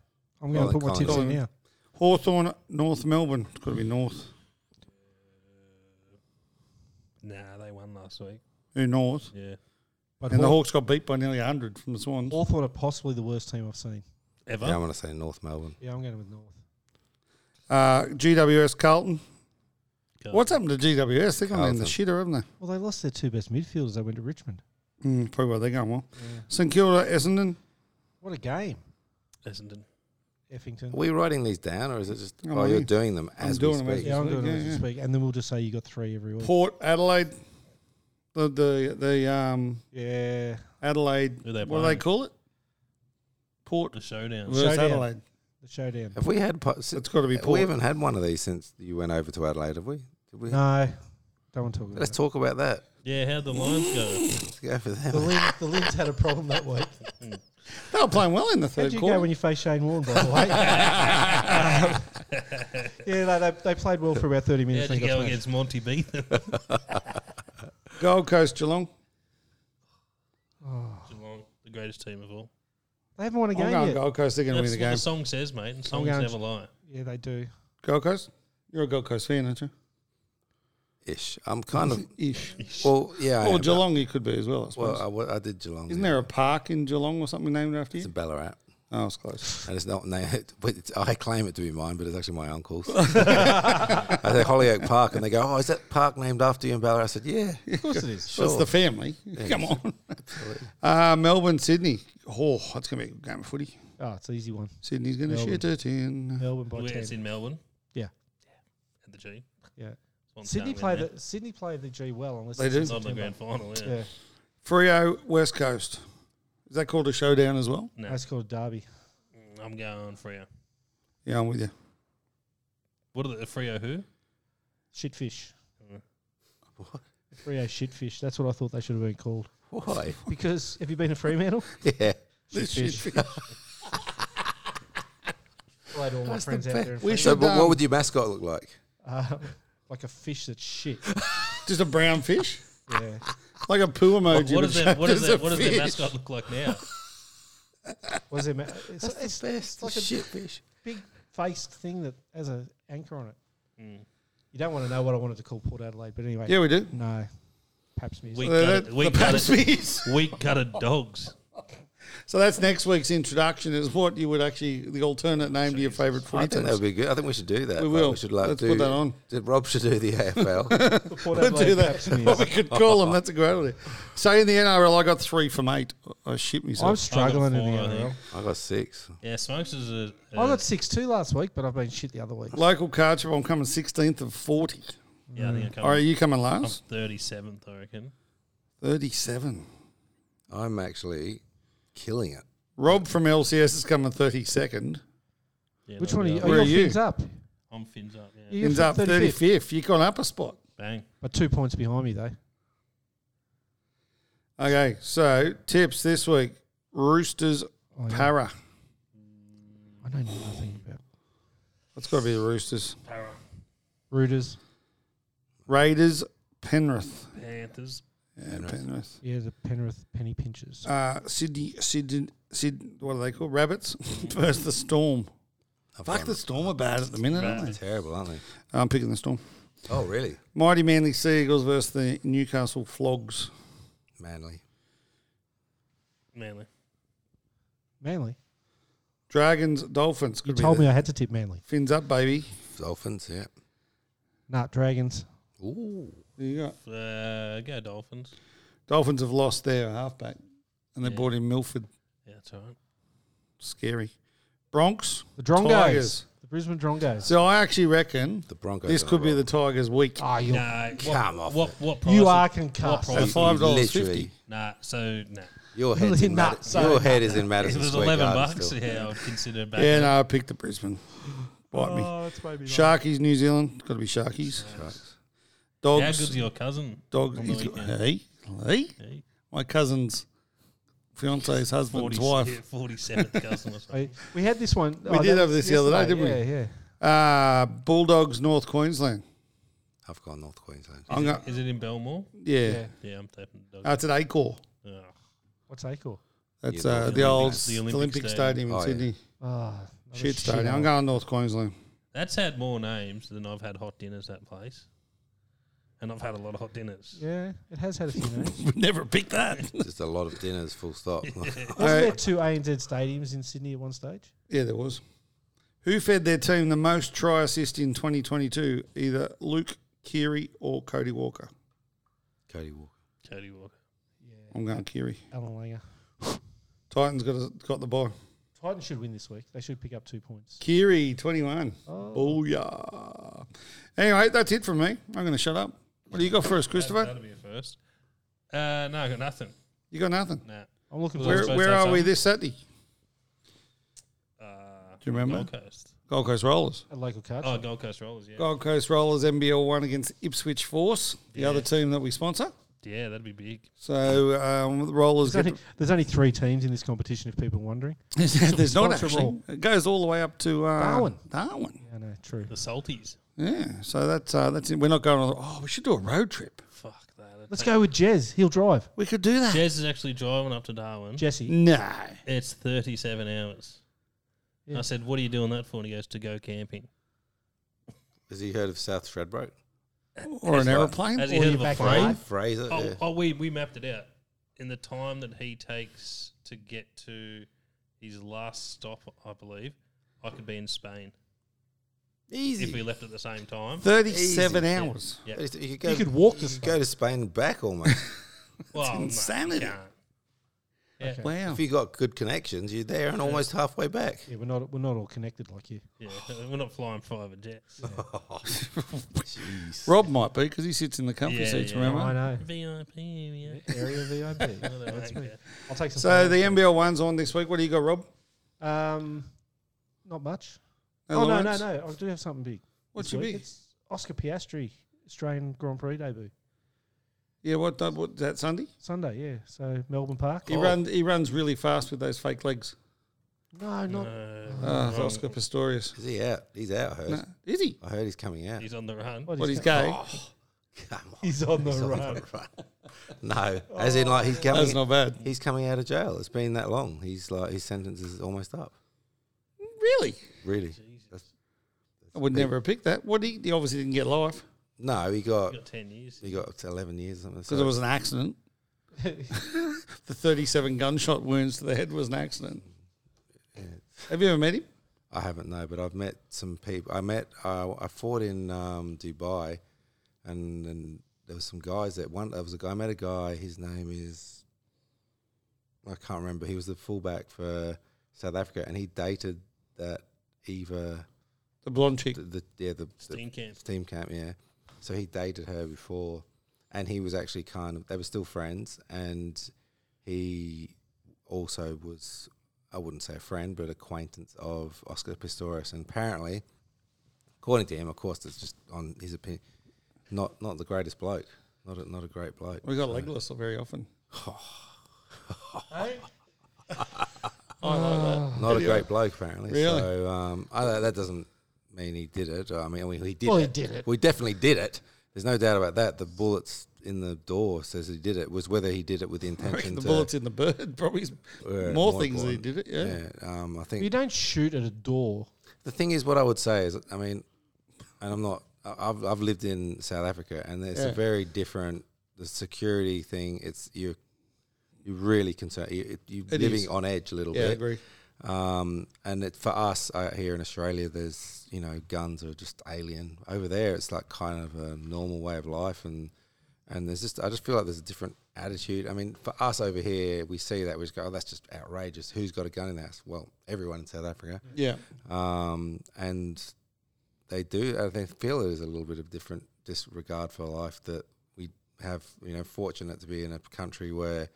[SPEAKER 7] I'm
[SPEAKER 6] Well,
[SPEAKER 7] going to put my
[SPEAKER 6] Collingwood.
[SPEAKER 7] tips in now.
[SPEAKER 5] Hawthorn, North Melbourne. It's got to be North.
[SPEAKER 3] Uh, Nah, they won last week.
[SPEAKER 5] Who North?
[SPEAKER 3] Yeah.
[SPEAKER 7] But
[SPEAKER 5] And the
[SPEAKER 7] Haw-
[SPEAKER 5] Hawks got beat by nearly 100 from the Swans.
[SPEAKER 7] Hawthorn are possibly the worst team I've seen.
[SPEAKER 3] Ever?
[SPEAKER 6] Yeah, I'm going to say North Melbourne.
[SPEAKER 7] Yeah, I'm going with North.
[SPEAKER 5] Uh, GWS, Carlton.
[SPEAKER 3] Carlton.
[SPEAKER 5] What's happened to GWS? They're going in the
[SPEAKER 6] Carlton.
[SPEAKER 5] shitter, haven't they?
[SPEAKER 7] Well, they lost their two best midfielders. They went to Richmond.
[SPEAKER 5] Mm, probably why they're going well. St Kilda, Essendon.
[SPEAKER 7] What a game,
[SPEAKER 3] Essendon.
[SPEAKER 7] Effington.
[SPEAKER 6] Are we writing these down, or is it just?
[SPEAKER 5] No,
[SPEAKER 6] Oh, you're
[SPEAKER 5] we-
[SPEAKER 6] doing them
[SPEAKER 5] I'm
[SPEAKER 6] as we
[SPEAKER 5] doing them as
[SPEAKER 6] speak.
[SPEAKER 5] we-
[SPEAKER 7] Yeah, I'm doing
[SPEAKER 5] Yeah,
[SPEAKER 7] it as we
[SPEAKER 5] yeah.
[SPEAKER 7] speak, and then we'll just say you got three every week.
[SPEAKER 5] Port, Adelaide. The the the um
[SPEAKER 7] Yeah,
[SPEAKER 5] Adelaide.
[SPEAKER 3] Who they
[SPEAKER 5] what do they
[SPEAKER 3] playing?
[SPEAKER 5] call it? Port
[SPEAKER 3] The showdown.
[SPEAKER 5] versus
[SPEAKER 7] Showdown.
[SPEAKER 5] Adelaide.
[SPEAKER 7] the showdown.
[SPEAKER 6] Have we had? po-
[SPEAKER 5] It's got to be
[SPEAKER 6] We
[SPEAKER 5] Port.
[SPEAKER 6] haven't had one of these since you went over to Adelaide, have we? Did we?
[SPEAKER 7] No, don't want to talk about
[SPEAKER 6] Let's
[SPEAKER 7] it.
[SPEAKER 6] talk about that.
[SPEAKER 3] Yeah, how'd the Lions go?
[SPEAKER 6] Let's go for
[SPEAKER 7] The,
[SPEAKER 6] them.
[SPEAKER 7] Lin, the Lins had a problem that week.
[SPEAKER 5] They were playing well in the
[SPEAKER 7] How'd
[SPEAKER 5] third
[SPEAKER 7] you
[SPEAKER 5] quarter.
[SPEAKER 7] go when you faced Shane Warne, by the way? Um, yeah, no, they, they played well for about 30 minutes.
[SPEAKER 3] How'd you
[SPEAKER 7] then got
[SPEAKER 3] go
[SPEAKER 7] smashed.
[SPEAKER 3] against Monty Beatham?
[SPEAKER 5] Gold Coast, Geelong.
[SPEAKER 3] Geelong, the greatest team of
[SPEAKER 7] Oh,
[SPEAKER 3] all.
[SPEAKER 7] They haven't won a
[SPEAKER 5] I'm
[SPEAKER 7] game
[SPEAKER 5] going
[SPEAKER 7] yet.
[SPEAKER 5] Gold Coast. They're going to
[SPEAKER 3] That's
[SPEAKER 5] win the
[SPEAKER 3] what
[SPEAKER 5] game.
[SPEAKER 3] the song says, mate, and songs
[SPEAKER 7] going to-
[SPEAKER 3] never lie.
[SPEAKER 7] Yeah, they do.
[SPEAKER 5] Gold Coast. You're a Gold Coast fan, aren't you?
[SPEAKER 6] Ish. I'm kind of.
[SPEAKER 5] Ish.
[SPEAKER 6] Well, yeah. I
[SPEAKER 5] Or
[SPEAKER 6] am.
[SPEAKER 5] Geelong, you could be as well. I suppose.
[SPEAKER 6] Well, I, wa- I did Geelong.
[SPEAKER 5] Isn't
[SPEAKER 6] yeah.
[SPEAKER 5] there a park in Geelong or something named after
[SPEAKER 6] It's
[SPEAKER 5] you?
[SPEAKER 6] in Ballarat.
[SPEAKER 5] Oh, it's close.
[SPEAKER 6] And it's not. No, it- but it's, I claim it to be mine, but it's actually my uncle's. I say Hollyoak Park, and they go, "Oh, is that park named after you in Ballarat?" I said, "Yeah,
[SPEAKER 7] Of course it is.
[SPEAKER 5] So it's the family. Come on. Uh, Melbourne, Sydney. Oh, that's going to be a good game of footy.
[SPEAKER 7] Oh, it's an easy one.
[SPEAKER 5] Sydney's going to
[SPEAKER 7] Melbourne.
[SPEAKER 5] shit it in.
[SPEAKER 7] Melbourne by
[SPEAKER 3] Where It's
[SPEAKER 7] 10.
[SPEAKER 3] in Melbourne.
[SPEAKER 7] Yeah.
[SPEAKER 3] At the G.
[SPEAKER 7] Yeah.
[SPEAKER 3] Swans
[SPEAKER 7] Sydney
[SPEAKER 3] can't win
[SPEAKER 7] play
[SPEAKER 3] there.
[SPEAKER 7] the Sydney play the G well unless
[SPEAKER 5] They
[SPEAKER 7] it's
[SPEAKER 5] do.
[SPEAKER 7] in
[SPEAKER 3] It's on the
[SPEAKER 7] September.
[SPEAKER 3] grand final, yeah.
[SPEAKER 7] Yeah,
[SPEAKER 5] Frio, West Coast. Is that called a showdown as well?
[SPEAKER 3] No, Mm,
[SPEAKER 7] that's called a derby.
[SPEAKER 3] I'm going for you.
[SPEAKER 5] Yeah, I'm with you.
[SPEAKER 3] What are the, the Frio who?
[SPEAKER 4] Shitfish.
[SPEAKER 6] What?
[SPEAKER 4] Frio shitfish. That's what I thought they should have been called.
[SPEAKER 6] Why?
[SPEAKER 4] Because have you been a Fremantle?
[SPEAKER 6] yeah.
[SPEAKER 4] Shitfish. Hello to all my friends out there. in Fremantle.
[SPEAKER 5] We
[SPEAKER 6] So,
[SPEAKER 5] should
[SPEAKER 6] but what
[SPEAKER 5] um,
[SPEAKER 6] would your mascot look like?
[SPEAKER 4] Uh, like a fish that's shit.
[SPEAKER 5] just a brown fish,
[SPEAKER 4] Yeah.
[SPEAKER 5] like a poo emoji.
[SPEAKER 3] What
[SPEAKER 5] but
[SPEAKER 3] is their, what is
[SPEAKER 5] shaped
[SPEAKER 3] their,
[SPEAKER 5] as a
[SPEAKER 3] what does their
[SPEAKER 5] fish.
[SPEAKER 3] mascot look like now?
[SPEAKER 4] Was it? Ma- it's, it's
[SPEAKER 6] best.
[SPEAKER 4] like a-
[SPEAKER 6] shitfish.
[SPEAKER 4] big faced thing that has an anchor on it.
[SPEAKER 3] Mm.
[SPEAKER 4] You don't want to know what I wanted to call Port Adelaide, but anyway.
[SPEAKER 5] Yeah, we do.
[SPEAKER 4] No. Paps music.
[SPEAKER 3] We
[SPEAKER 5] Uh,
[SPEAKER 3] got
[SPEAKER 5] that-
[SPEAKER 3] it. We
[SPEAKER 5] the
[SPEAKER 3] got
[SPEAKER 5] Pabst
[SPEAKER 3] it.
[SPEAKER 5] Bees.
[SPEAKER 3] We got it. Dogs.
[SPEAKER 5] So that's next week's introduction. Is what you would actually the alternate name to your favourite footy
[SPEAKER 6] I think that
[SPEAKER 5] teams.
[SPEAKER 6] would be good. I think we should do that.
[SPEAKER 5] We
[SPEAKER 6] Like,
[SPEAKER 5] will.
[SPEAKER 6] We should like
[SPEAKER 5] Let's
[SPEAKER 6] do,
[SPEAKER 5] put that on.
[SPEAKER 6] Did- Rob should do the AFL.
[SPEAKER 4] Port
[SPEAKER 5] We'll do
[SPEAKER 4] Paps
[SPEAKER 5] that. What we
[SPEAKER 4] music.
[SPEAKER 5] could call them. That's a great idea. So in the NRL, I got three from eight. I shit
[SPEAKER 4] I'm
[SPEAKER 5] myself.
[SPEAKER 4] struggling in the
[SPEAKER 3] four, I
[SPEAKER 4] NRL.
[SPEAKER 3] think.
[SPEAKER 6] I got six.
[SPEAKER 3] Yeah, Smokes is a. a
[SPEAKER 4] I got six two last week, but I've been shit the other week.
[SPEAKER 5] Local card trip. I'm coming 16th of 40.
[SPEAKER 3] yeah, I think I
[SPEAKER 5] Or Mm. are
[SPEAKER 3] come.
[SPEAKER 5] you coming
[SPEAKER 3] I'm
[SPEAKER 5] last?
[SPEAKER 3] thirty seventh, I reckon.
[SPEAKER 5] 37.
[SPEAKER 6] I'm actually killing it.
[SPEAKER 5] Rob from LCS is coming 32nd.
[SPEAKER 3] Yeah,
[SPEAKER 4] Which
[SPEAKER 3] that'll
[SPEAKER 4] one are
[SPEAKER 3] be
[SPEAKER 4] you?
[SPEAKER 3] up.
[SPEAKER 5] Where
[SPEAKER 4] Are
[SPEAKER 5] are you?
[SPEAKER 4] you fins up?
[SPEAKER 3] I'm fins up. Yeah.
[SPEAKER 4] You're
[SPEAKER 5] Ends
[SPEAKER 4] from
[SPEAKER 5] up 35th. You've gone up a spot.
[SPEAKER 3] Bang.
[SPEAKER 4] But two points behind me, though.
[SPEAKER 5] Okay, so tips this week Roosters
[SPEAKER 4] I know,
[SPEAKER 5] para.
[SPEAKER 4] I know nothing about
[SPEAKER 5] That's got to be the Roosters.
[SPEAKER 4] Rooters.
[SPEAKER 5] Raiders Penrith.
[SPEAKER 3] Panthers.
[SPEAKER 5] Yeah, Penrith.
[SPEAKER 4] Yeah, the Penrith penny pinchers.
[SPEAKER 5] Uh, Sydney, Sydney, Sydney, what are they called? Rabbits versus the Storm.
[SPEAKER 6] I've
[SPEAKER 5] Fuck,
[SPEAKER 6] gone-
[SPEAKER 5] the Storm are bad at the minute, aren't they?
[SPEAKER 6] Terrible, aren't they?
[SPEAKER 5] I'm picking the Storm.
[SPEAKER 6] Oh, really?
[SPEAKER 5] Mighty Manly Sea Eagles versus the Newcastle Flogs.
[SPEAKER 6] Manly.
[SPEAKER 3] Manly.
[SPEAKER 4] Manly.
[SPEAKER 5] Dragons Dolphins.
[SPEAKER 4] You
[SPEAKER 5] Could be
[SPEAKER 4] told
[SPEAKER 5] the-
[SPEAKER 4] me I had to tip Manly.
[SPEAKER 5] Fins up, baby.
[SPEAKER 6] Dolphins, yeah.
[SPEAKER 4] Nah, Dragons.
[SPEAKER 6] Ooh.
[SPEAKER 5] There you go.
[SPEAKER 3] Uh, go Dolphins.
[SPEAKER 5] Dolphins have lost their halfback, and they
[SPEAKER 3] Yeah.
[SPEAKER 5] brought in Milford.
[SPEAKER 3] Yeah, that's all right.
[SPEAKER 5] Scary. Bronx
[SPEAKER 4] The Drongos.
[SPEAKER 5] Tigers.
[SPEAKER 4] The Brisbane Drongos.
[SPEAKER 5] So I actually reckon
[SPEAKER 6] The Broncos.
[SPEAKER 5] this
[SPEAKER 6] are
[SPEAKER 5] could be
[SPEAKER 6] on
[SPEAKER 5] the Tigers' week.
[SPEAKER 4] Ah, you
[SPEAKER 3] Nah, what,
[SPEAKER 6] Come off
[SPEAKER 3] What? What? Price
[SPEAKER 4] you
[SPEAKER 3] it-
[SPEAKER 4] are
[SPEAKER 3] What
[SPEAKER 4] concussed.
[SPEAKER 5] At
[SPEAKER 3] price?
[SPEAKER 5] five dollars
[SPEAKER 6] Literally.
[SPEAKER 5] fifty.
[SPEAKER 3] Nah. So nah.
[SPEAKER 6] Your head's
[SPEAKER 4] Really
[SPEAKER 6] in
[SPEAKER 4] not
[SPEAKER 6] Mad-
[SPEAKER 4] so-
[SPEAKER 6] Your head is in
[SPEAKER 3] If it
[SPEAKER 6] Madison
[SPEAKER 3] was
[SPEAKER 6] Square
[SPEAKER 3] eleven
[SPEAKER 6] Garden
[SPEAKER 3] bucks,
[SPEAKER 6] still.
[SPEAKER 3] yeah, I would consider it back.
[SPEAKER 5] Yeah, no, I picked the Brisbane. Bite me.
[SPEAKER 4] Oh, it's maybe not.
[SPEAKER 5] Sharkies, New Zealand. Got to be Sharkies.
[SPEAKER 6] Sharks.
[SPEAKER 3] How
[SPEAKER 5] Dogs.
[SPEAKER 3] good's your cousin?
[SPEAKER 5] Dogs.
[SPEAKER 3] on the
[SPEAKER 5] he's got-
[SPEAKER 3] weekend?
[SPEAKER 5] Hey, hey.
[SPEAKER 3] Hey,
[SPEAKER 5] My cousin's fiance's husband's
[SPEAKER 3] 40,
[SPEAKER 5] wife.
[SPEAKER 3] forty-seventh cousin or something.
[SPEAKER 4] I- We had this one. Oh,
[SPEAKER 5] We did
[SPEAKER 4] that
[SPEAKER 5] have
[SPEAKER 4] was
[SPEAKER 5] this the other day,
[SPEAKER 4] yesterday.
[SPEAKER 5] didn't
[SPEAKER 4] Yeah, yeah.
[SPEAKER 5] Uh, Bulldogs, North Queensland.
[SPEAKER 6] I've gone North Queensland.
[SPEAKER 5] I'm go-
[SPEAKER 3] Is it in Belmore?
[SPEAKER 5] yeah.
[SPEAKER 3] Yeah, I'm tapping the dog.
[SPEAKER 5] That's at Acor.
[SPEAKER 3] Ugh.
[SPEAKER 4] What's Acor?
[SPEAKER 5] That's
[SPEAKER 6] Yeah,
[SPEAKER 5] uh,
[SPEAKER 6] the
[SPEAKER 5] the old
[SPEAKER 3] Olympics-
[SPEAKER 5] the
[SPEAKER 3] the
[SPEAKER 5] Olympic,
[SPEAKER 3] Olympic Stadium.
[SPEAKER 5] Stadium, in
[SPEAKER 6] Oh, yeah.
[SPEAKER 5] Sydney.
[SPEAKER 4] Ah, another
[SPEAKER 5] Shit Stadium. I'm
[SPEAKER 4] hole.
[SPEAKER 5] going North Queensland.
[SPEAKER 3] That's had more names than I've had hot dinners at place, and I've had a lot of hot dinners.
[SPEAKER 4] Yeah, it has had a few names.
[SPEAKER 5] Would never pick that.
[SPEAKER 6] Just a lot of dinners, full stop.
[SPEAKER 4] Wasn't
[SPEAKER 5] Uh,
[SPEAKER 4] there two ANZ stadiums in Sydney at one stage?
[SPEAKER 5] Yeah, there was. Who fed their team the most try assist in 2022? Either Luke Keary or Cody Walker.
[SPEAKER 6] Cody Walker.
[SPEAKER 3] Cody Walker.
[SPEAKER 4] Yeah,
[SPEAKER 5] I'm going Keary.
[SPEAKER 4] Alan Langer.
[SPEAKER 5] Titans got a, got the ball.
[SPEAKER 4] Titans should win this week. They should pick up two points.
[SPEAKER 5] Keary, 21.
[SPEAKER 4] Oh,
[SPEAKER 5] Booyah. Anyway, that's it from me. I'm going to shut up. What do you got for us, Christopher?
[SPEAKER 3] That'll be a first. Uh, no, I got nothing.
[SPEAKER 5] You got nothing.
[SPEAKER 3] Nah.
[SPEAKER 4] I'm looking
[SPEAKER 3] Was
[SPEAKER 4] for.
[SPEAKER 5] Where,
[SPEAKER 3] supposed
[SPEAKER 5] where
[SPEAKER 3] to have
[SPEAKER 5] are we
[SPEAKER 3] something?
[SPEAKER 5] this Saturday?
[SPEAKER 3] Uh,
[SPEAKER 5] Do you remember?
[SPEAKER 3] Gold Coast.
[SPEAKER 5] Gold Coast Rollers.
[SPEAKER 4] A local card.
[SPEAKER 3] Oh, Gold Coast Rollers. Yeah,
[SPEAKER 5] Gold Coast Rollers NBL one against Ipswich Force, the
[SPEAKER 3] Yeah.
[SPEAKER 5] other team that we sponsor.
[SPEAKER 3] yeah, that'd be big.
[SPEAKER 5] So um, the Rollers
[SPEAKER 4] there's,
[SPEAKER 5] get
[SPEAKER 4] only, there's only three teams in this competition, if people are wondering.
[SPEAKER 5] There's not actually.
[SPEAKER 4] Responsible.
[SPEAKER 5] It goes all the way up to uh,
[SPEAKER 4] Darwin.
[SPEAKER 5] Darwin.
[SPEAKER 4] Yeah, no, true.
[SPEAKER 3] The Salties.
[SPEAKER 5] Yeah. So that's uh, that's it. We're not going on. Oh, we should do a road trip.
[SPEAKER 3] Fuck that.
[SPEAKER 4] Let's go with Jez. He'll drive.
[SPEAKER 5] We could do that.
[SPEAKER 3] Jez is actually driving up to
[SPEAKER 5] Hmm?
[SPEAKER 3] Darwin.
[SPEAKER 4] Jesse.
[SPEAKER 5] No.
[SPEAKER 3] It's 37 hours.
[SPEAKER 4] Yeah.
[SPEAKER 3] I said, What are you doing that for? And he goes, To go camping.
[SPEAKER 6] Has he heard of South Stradbroke?
[SPEAKER 5] Or an
[SPEAKER 6] Has-
[SPEAKER 5] aeroplane.
[SPEAKER 3] Has he
[SPEAKER 4] Or
[SPEAKER 3] heard
[SPEAKER 4] your
[SPEAKER 3] of a
[SPEAKER 4] backyard.
[SPEAKER 3] frame?
[SPEAKER 6] Fraser.
[SPEAKER 3] Oh,
[SPEAKER 6] yeah.
[SPEAKER 3] oh we, we mapped it out. In the time that he takes to get to his last stop, I believe, I could be in Spain
[SPEAKER 6] Easy.
[SPEAKER 3] if we left at the same time.
[SPEAKER 5] Thirty-seven
[SPEAKER 3] Easy.
[SPEAKER 5] hours.
[SPEAKER 3] Yeah.
[SPEAKER 6] You could, go,
[SPEAKER 4] You could walk
[SPEAKER 6] you
[SPEAKER 4] to
[SPEAKER 6] could go to Spain and back almost.
[SPEAKER 3] Well, no, you
[SPEAKER 5] insanity.
[SPEAKER 3] can't. Yeah.
[SPEAKER 5] Wow.
[SPEAKER 6] if you got good connections, you're there and almost halfway back.
[SPEAKER 4] Yeah, we're not we're not all connected like you.
[SPEAKER 3] yeah. We're not flying private jets.
[SPEAKER 6] Jeez.
[SPEAKER 5] Rob might be because he sits in the comfy
[SPEAKER 3] Yeah,
[SPEAKER 5] seats.
[SPEAKER 3] yeah.
[SPEAKER 5] Remember.
[SPEAKER 4] I know.
[SPEAKER 3] VIP, yeah.
[SPEAKER 4] Area VIP. That's me.
[SPEAKER 3] Okay.
[SPEAKER 4] I'll take some.
[SPEAKER 5] So
[SPEAKER 4] photos.
[SPEAKER 5] the NBL one's on this week. What do you got, Rob?
[SPEAKER 4] um, not much.
[SPEAKER 5] No
[SPEAKER 4] oh no no
[SPEAKER 5] Lawrence?
[SPEAKER 4] Oh, no! I do have something big.
[SPEAKER 5] What's
[SPEAKER 4] this
[SPEAKER 5] your
[SPEAKER 4] week.
[SPEAKER 5] big?
[SPEAKER 4] It's Oscar Piastri Australian Grand Prix debut
[SPEAKER 5] Yeah, what, that- what that Sunday?
[SPEAKER 4] Sunday. Yeah, so Melbourne Park.
[SPEAKER 5] He runs. He runs really fast with those fake legs.
[SPEAKER 4] No, not
[SPEAKER 3] No,
[SPEAKER 5] Ah,
[SPEAKER 3] wrong.
[SPEAKER 5] Oscar Pistorius.
[SPEAKER 6] Is he out? He's out, Hurst.
[SPEAKER 5] No, is he?
[SPEAKER 6] I heard he's coming out.
[SPEAKER 3] He's on the run.
[SPEAKER 4] what
[SPEAKER 5] But
[SPEAKER 4] he's
[SPEAKER 5] he's gay.
[SPEAKER 6] Come on.
[SPEAKER 4] He's on the
[SPEAKER 6] He's on
[SPEAKER 4] run.
[SPEAKER 6] run. no, as in like he's
[SPEAKER 5] That's
[SPEAKER 6] coming.
[SPEAKER 5] not bad.
[SPEAKER 6] He's coming out of jail. It's been that long. He's like his sentence is almost up.
[SPEAKER 5] Really?
[SPEAKER 6] Really?
[SPEAKER 5] I would never have picked that. What he, he obviously didn't get life
[SPEAKER 6] No, he
[SPEAKER 3] He's
[SPEAKER 6] got
[SPEAKER 3] got 10 years.
[SPEAKER 6] he got eleven years. or Something.
[SPEAKER 5] because it was an accident. the thirty-seven gunshot wounds to the head was an accident. Have you ever met him?
[SPEAKER 6] I haven't no, but I've met some people. I met uh, I fought in um, Dubai, and, and there was some guys that one. There was a guy I met a guy. His name is I can't remember. He was the fullback for South Africa, and he dated that Eva.
[SPEAKER 5] The blonde chick.
[SPEAKER 6] The, the yeah the, the
[SPEAKER 3] Steam camp.
[SPEAKER 6] Steam camp, yeah. So he dated her before, and he was actually kind of they were still friends, and he also was I wouldn't say a friend, but acquaintance of Oscar Pistorius, and apparently, according to him, of course, that's just on his opinion, not not the greatest bloke, not a, not a great bloke.
[SPEAKER 5] We got
[SPEAKER 6] So-
[SPEAKER 5] legless very often.
[SPEAKER 6] not a great bloke apparently.
[SPEAKER 5] Really?
[SPEAKER 6] So um, I, don't- that doesn't mean he did it. I mean, we, he did.
[SPEAKER 4] Well,
[SPEAKER 6] it.
[SPEAKER 4] he did it.
[SPEAKER 6] We definitely did it. There's no doubt about that. The bullets in the door says he did it. Was whether he did it with the
[SPEAKER 5] I
[SPEAKER 6] intention
[SPEAKER 5] reckon the
[SPEAKER 6] to
[SPEAKER 5] bullets in the bird probably is
[SPEAKER 6] uh,
[SPEAKER 5] more things that he did
[SPEAKER 6] important.
[SPEAKER 5] it. Yeah.
[SPEAKER 6] Yeah. Um, I
[SPEAKER 4] You
[SPEAKER 6] think
[SPEAKER 4] don't shoot at a door.
[SPEAKER 6] the thing is, what I would say is, I mean, and I'm not. I- I've I've lived in South Africa, and it's
[SPEAKER 5] Yeah.
[SPEAKER 6] a very different. The security thing. It's you. You're really concerned. You, you're
[SPEAKER 5] It
[SPEAKER 6] living
[SPEAKER 5] is.
[SPEAKER 6] on edge a little
[SPEAKER 5] Yeah, I
[SPEAKER 6] bit.
[SPEAKER 5] agree.
[SPEAKER 6] Um, and it, for us out here in Australia, there's you know guns are just alien. Over there, it's like kind of a normal way of life, and and there's just I just feel like there's a different attitude. I mean, for us over here, we see that we just go, oh, that's just outrageous. Who's got a gun in the house? Well, everyone in South Africa,
[SPEAKER 5] Yeah.
[SPEAKER 6] um, and they do. I think feel there's a little bit of different disregard for life that we have. You know, fortunate to be in a country where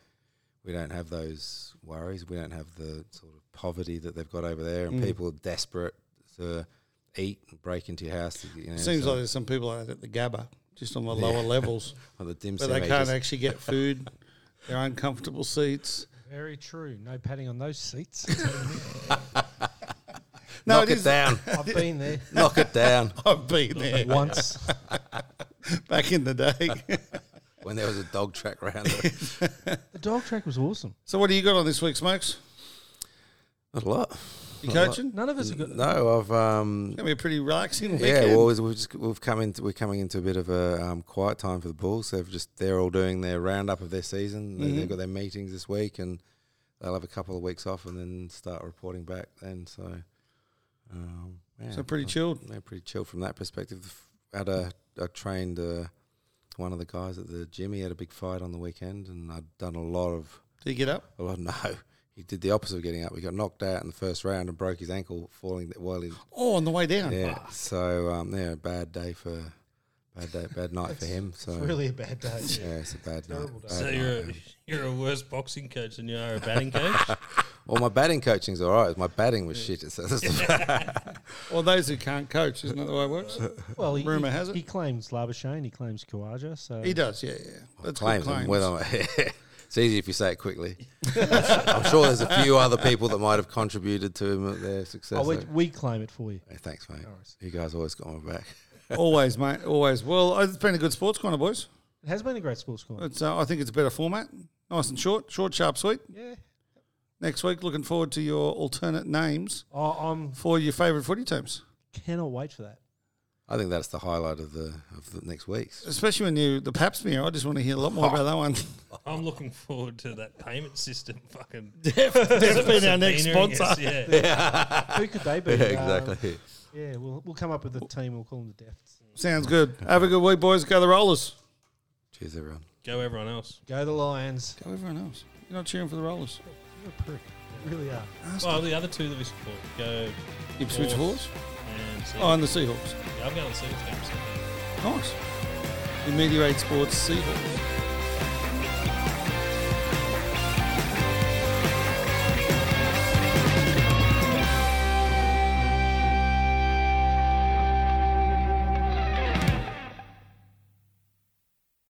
[SPEAKER 6] we don't have those worries. We don't have the sort of poverty that they've got over there, and
[SPEAKER 5] Mm.
[SPEAKER 6] people are desperate to eat and break into your house. To, you know,
[SPEAKER 5] Seems
[SPEAKER 6] so-
[SPEAKER 5] like there's some people out at the Gabba, just on the
[SPEAKER 6] Yeah.
[SPEAKER 5] lower levels,
[SPEAKER 6] on the dim
[SPEAKER 5] where
[SPEAKER 6] sum
[SPEAKER 5] they
[SPEAKER 6] ages.
[SPEAKER 5] can't actually get food. They're uncomfortable seats.
[SPEAKER 4] Very true. No padding on those seats.
[SPEAKER 5] No, it
[SPEAKER 6] knock it,
[SPEAKER 5] is-
[SPEAKER 6] down,
[SPEAKER 4] I've been there
[SPEAKER 6] knock it down.
[SPEAKER 5] I've been there
[SPEAKER 4] once.
[SPEAKER 5] back in the day.
[SPEAKER 6] When there was a dog track around, it.
[SPEAKER 4] The dog track was awesome.
[SPEAKER 5] so, what do you got on this week, Smokes?
[SPEAKER 6] not a lot.
[SPEAKER 5] You
[SPEAKER 6] Not a lot.
[SPEAKER 5] coaching?
[SPEAKER 4] None of us have got.
[SPEAKER 6] No, I've um,
[SPEAKER 5] It's gonna be a pretty relaxing weekend.
[SPEAKER 6] Yeah, well, it's- we've just we've come into we're coming into a bit of a um, quiet time for the Bulls. They've just they're all doing their roundup of their season. They,
[SPEAKER 5] Mhm.
[SPEAKER 6] They've got their meetings this week, and they'll have a couple of weeks off, and then start reporting back. Then so, um, yeah,
[SPEAKER 5] so pretty
[SPEAKER 6] I-
[SPEAKER 5] chilled.
[SPEAKER 6] They're pretty chilled from that perspective. Had a I trained uh, one of the guys at the gym. He had a big fight on the weekend, and I'd done a lot of
[SPEAKER 5] Do you get up?
[SPEAKER 6] a lot. No, he did the opposite of getting up. He got knocked out in the first round and broke his ankle falling while he
[SPEAKER 5] Oh, on the way down.
[SPEAKER 6] yeah. So um, yeah, bad day for bad day, bad night for him. So
[SPEAKER 4] Really a bad day.
[SPEAKER 6] yeah, it's a bad night. bad
[SPEAKER 3] So
[SPEAKER 6] night,
[SPEAKER 3] you're a,
[SPEAKER 6] yeah.
[SPEAKER 3] you're a worse boxing coach than you are a batting coach.
[SPEAKER 6] Well, my batting coaching's all right. My batting was shit. So that's the
[SPEAKER 5] Or those who can't coach, isn't that the way it works?
[SPEAKER 4] Well, he,
[SPEAKER 5] Rumour
[SPEAKER 4] he-
[SPEAKER 5] has it.
[SPEAKER 4] he claims Labashane, he claims Kawaja. So
[SPEAKER 5] He does. Yeah, yeah. That's
[SPEAKER 6] claims.
[SPEAKER 5] good
[SPEAKER 6] and
[SPEAKER 5] claims.
[SPEAKER 6] Whether I'm- it's easy if you say it quickly. I'm sure there's a few other people that might have contributed to him, their success.
[SPEAKER 4] oh, we,
[SPEAKER 6] so-
[SPEAKER 4] we claim it for you.
[SPEAKER 6] Hey, thanks, mate.
[SPEAKER 4] No worries.
[SPEAKER 6] You guys always got my back.
[SPEAKER 5] always, mate. Always. Well, uh, it's been a good sports corner, boys.
[SPEAKER 4] It has been a great sports corner.
[SPEAKER 5] It's, uh, I think it's a better format. Nice and short, short, sharp, sweet.
[SPEAKER 4] Yeah.
[SPEAKER 5] Next week, looking forward to your alternate names
[SPEAKER 4] Oh, I'm
[SPEAKER 5] for your favourite footy teams,
[SPEAKER 4] cannot wait for that.
[SPEAKER 6] I think that's the highlight of the of the next week's.
[SPEAKER 5] especially when you the Paps mirror. I just want to hear a lot more about that one.
[SPEAKER 3] I'm looking forward to that payment system. Fucking
[SPEAKER 5] That's been our next
[SPEAKER 3] subpoenaing
[SPEAKER 5] sponsor.
[SPEAKER 3] us, Yeah.
[SPEAKER 4] Who could they be?
[SPEAKER 6] Yeah,
[SPEAKER 4] Um,
[SPEAKER 6] exactly.
[SPEAKER 4] yeah, we'll, we'll come up with a team. We'll call them the Defts.
[SPEAKER 5] Sounds good. Have a good week, boys. Go the Rollers.
[SPEAKER 6] Cheers, everyone.
[SPEAKER 3] Go everyone else.
[SPEAKER 4] Go the Lions.
[SPEAKER 5] Go everyone else. You're not cheering for the Rollers.
[SPEAKER 4] You're a prick. You really are.
[SPEAKER 3] Well, the other two that we support go
[SPEAKER 5] Ipswich Horse
[SPEAKER 3] Horse. and see.
[SPEAKER 5] oh, and the Seahawks.
[SPEAKER 3] I'm going to see what's going
[SPEAKER 5] Nice. The Meteorate Sports Seahawks.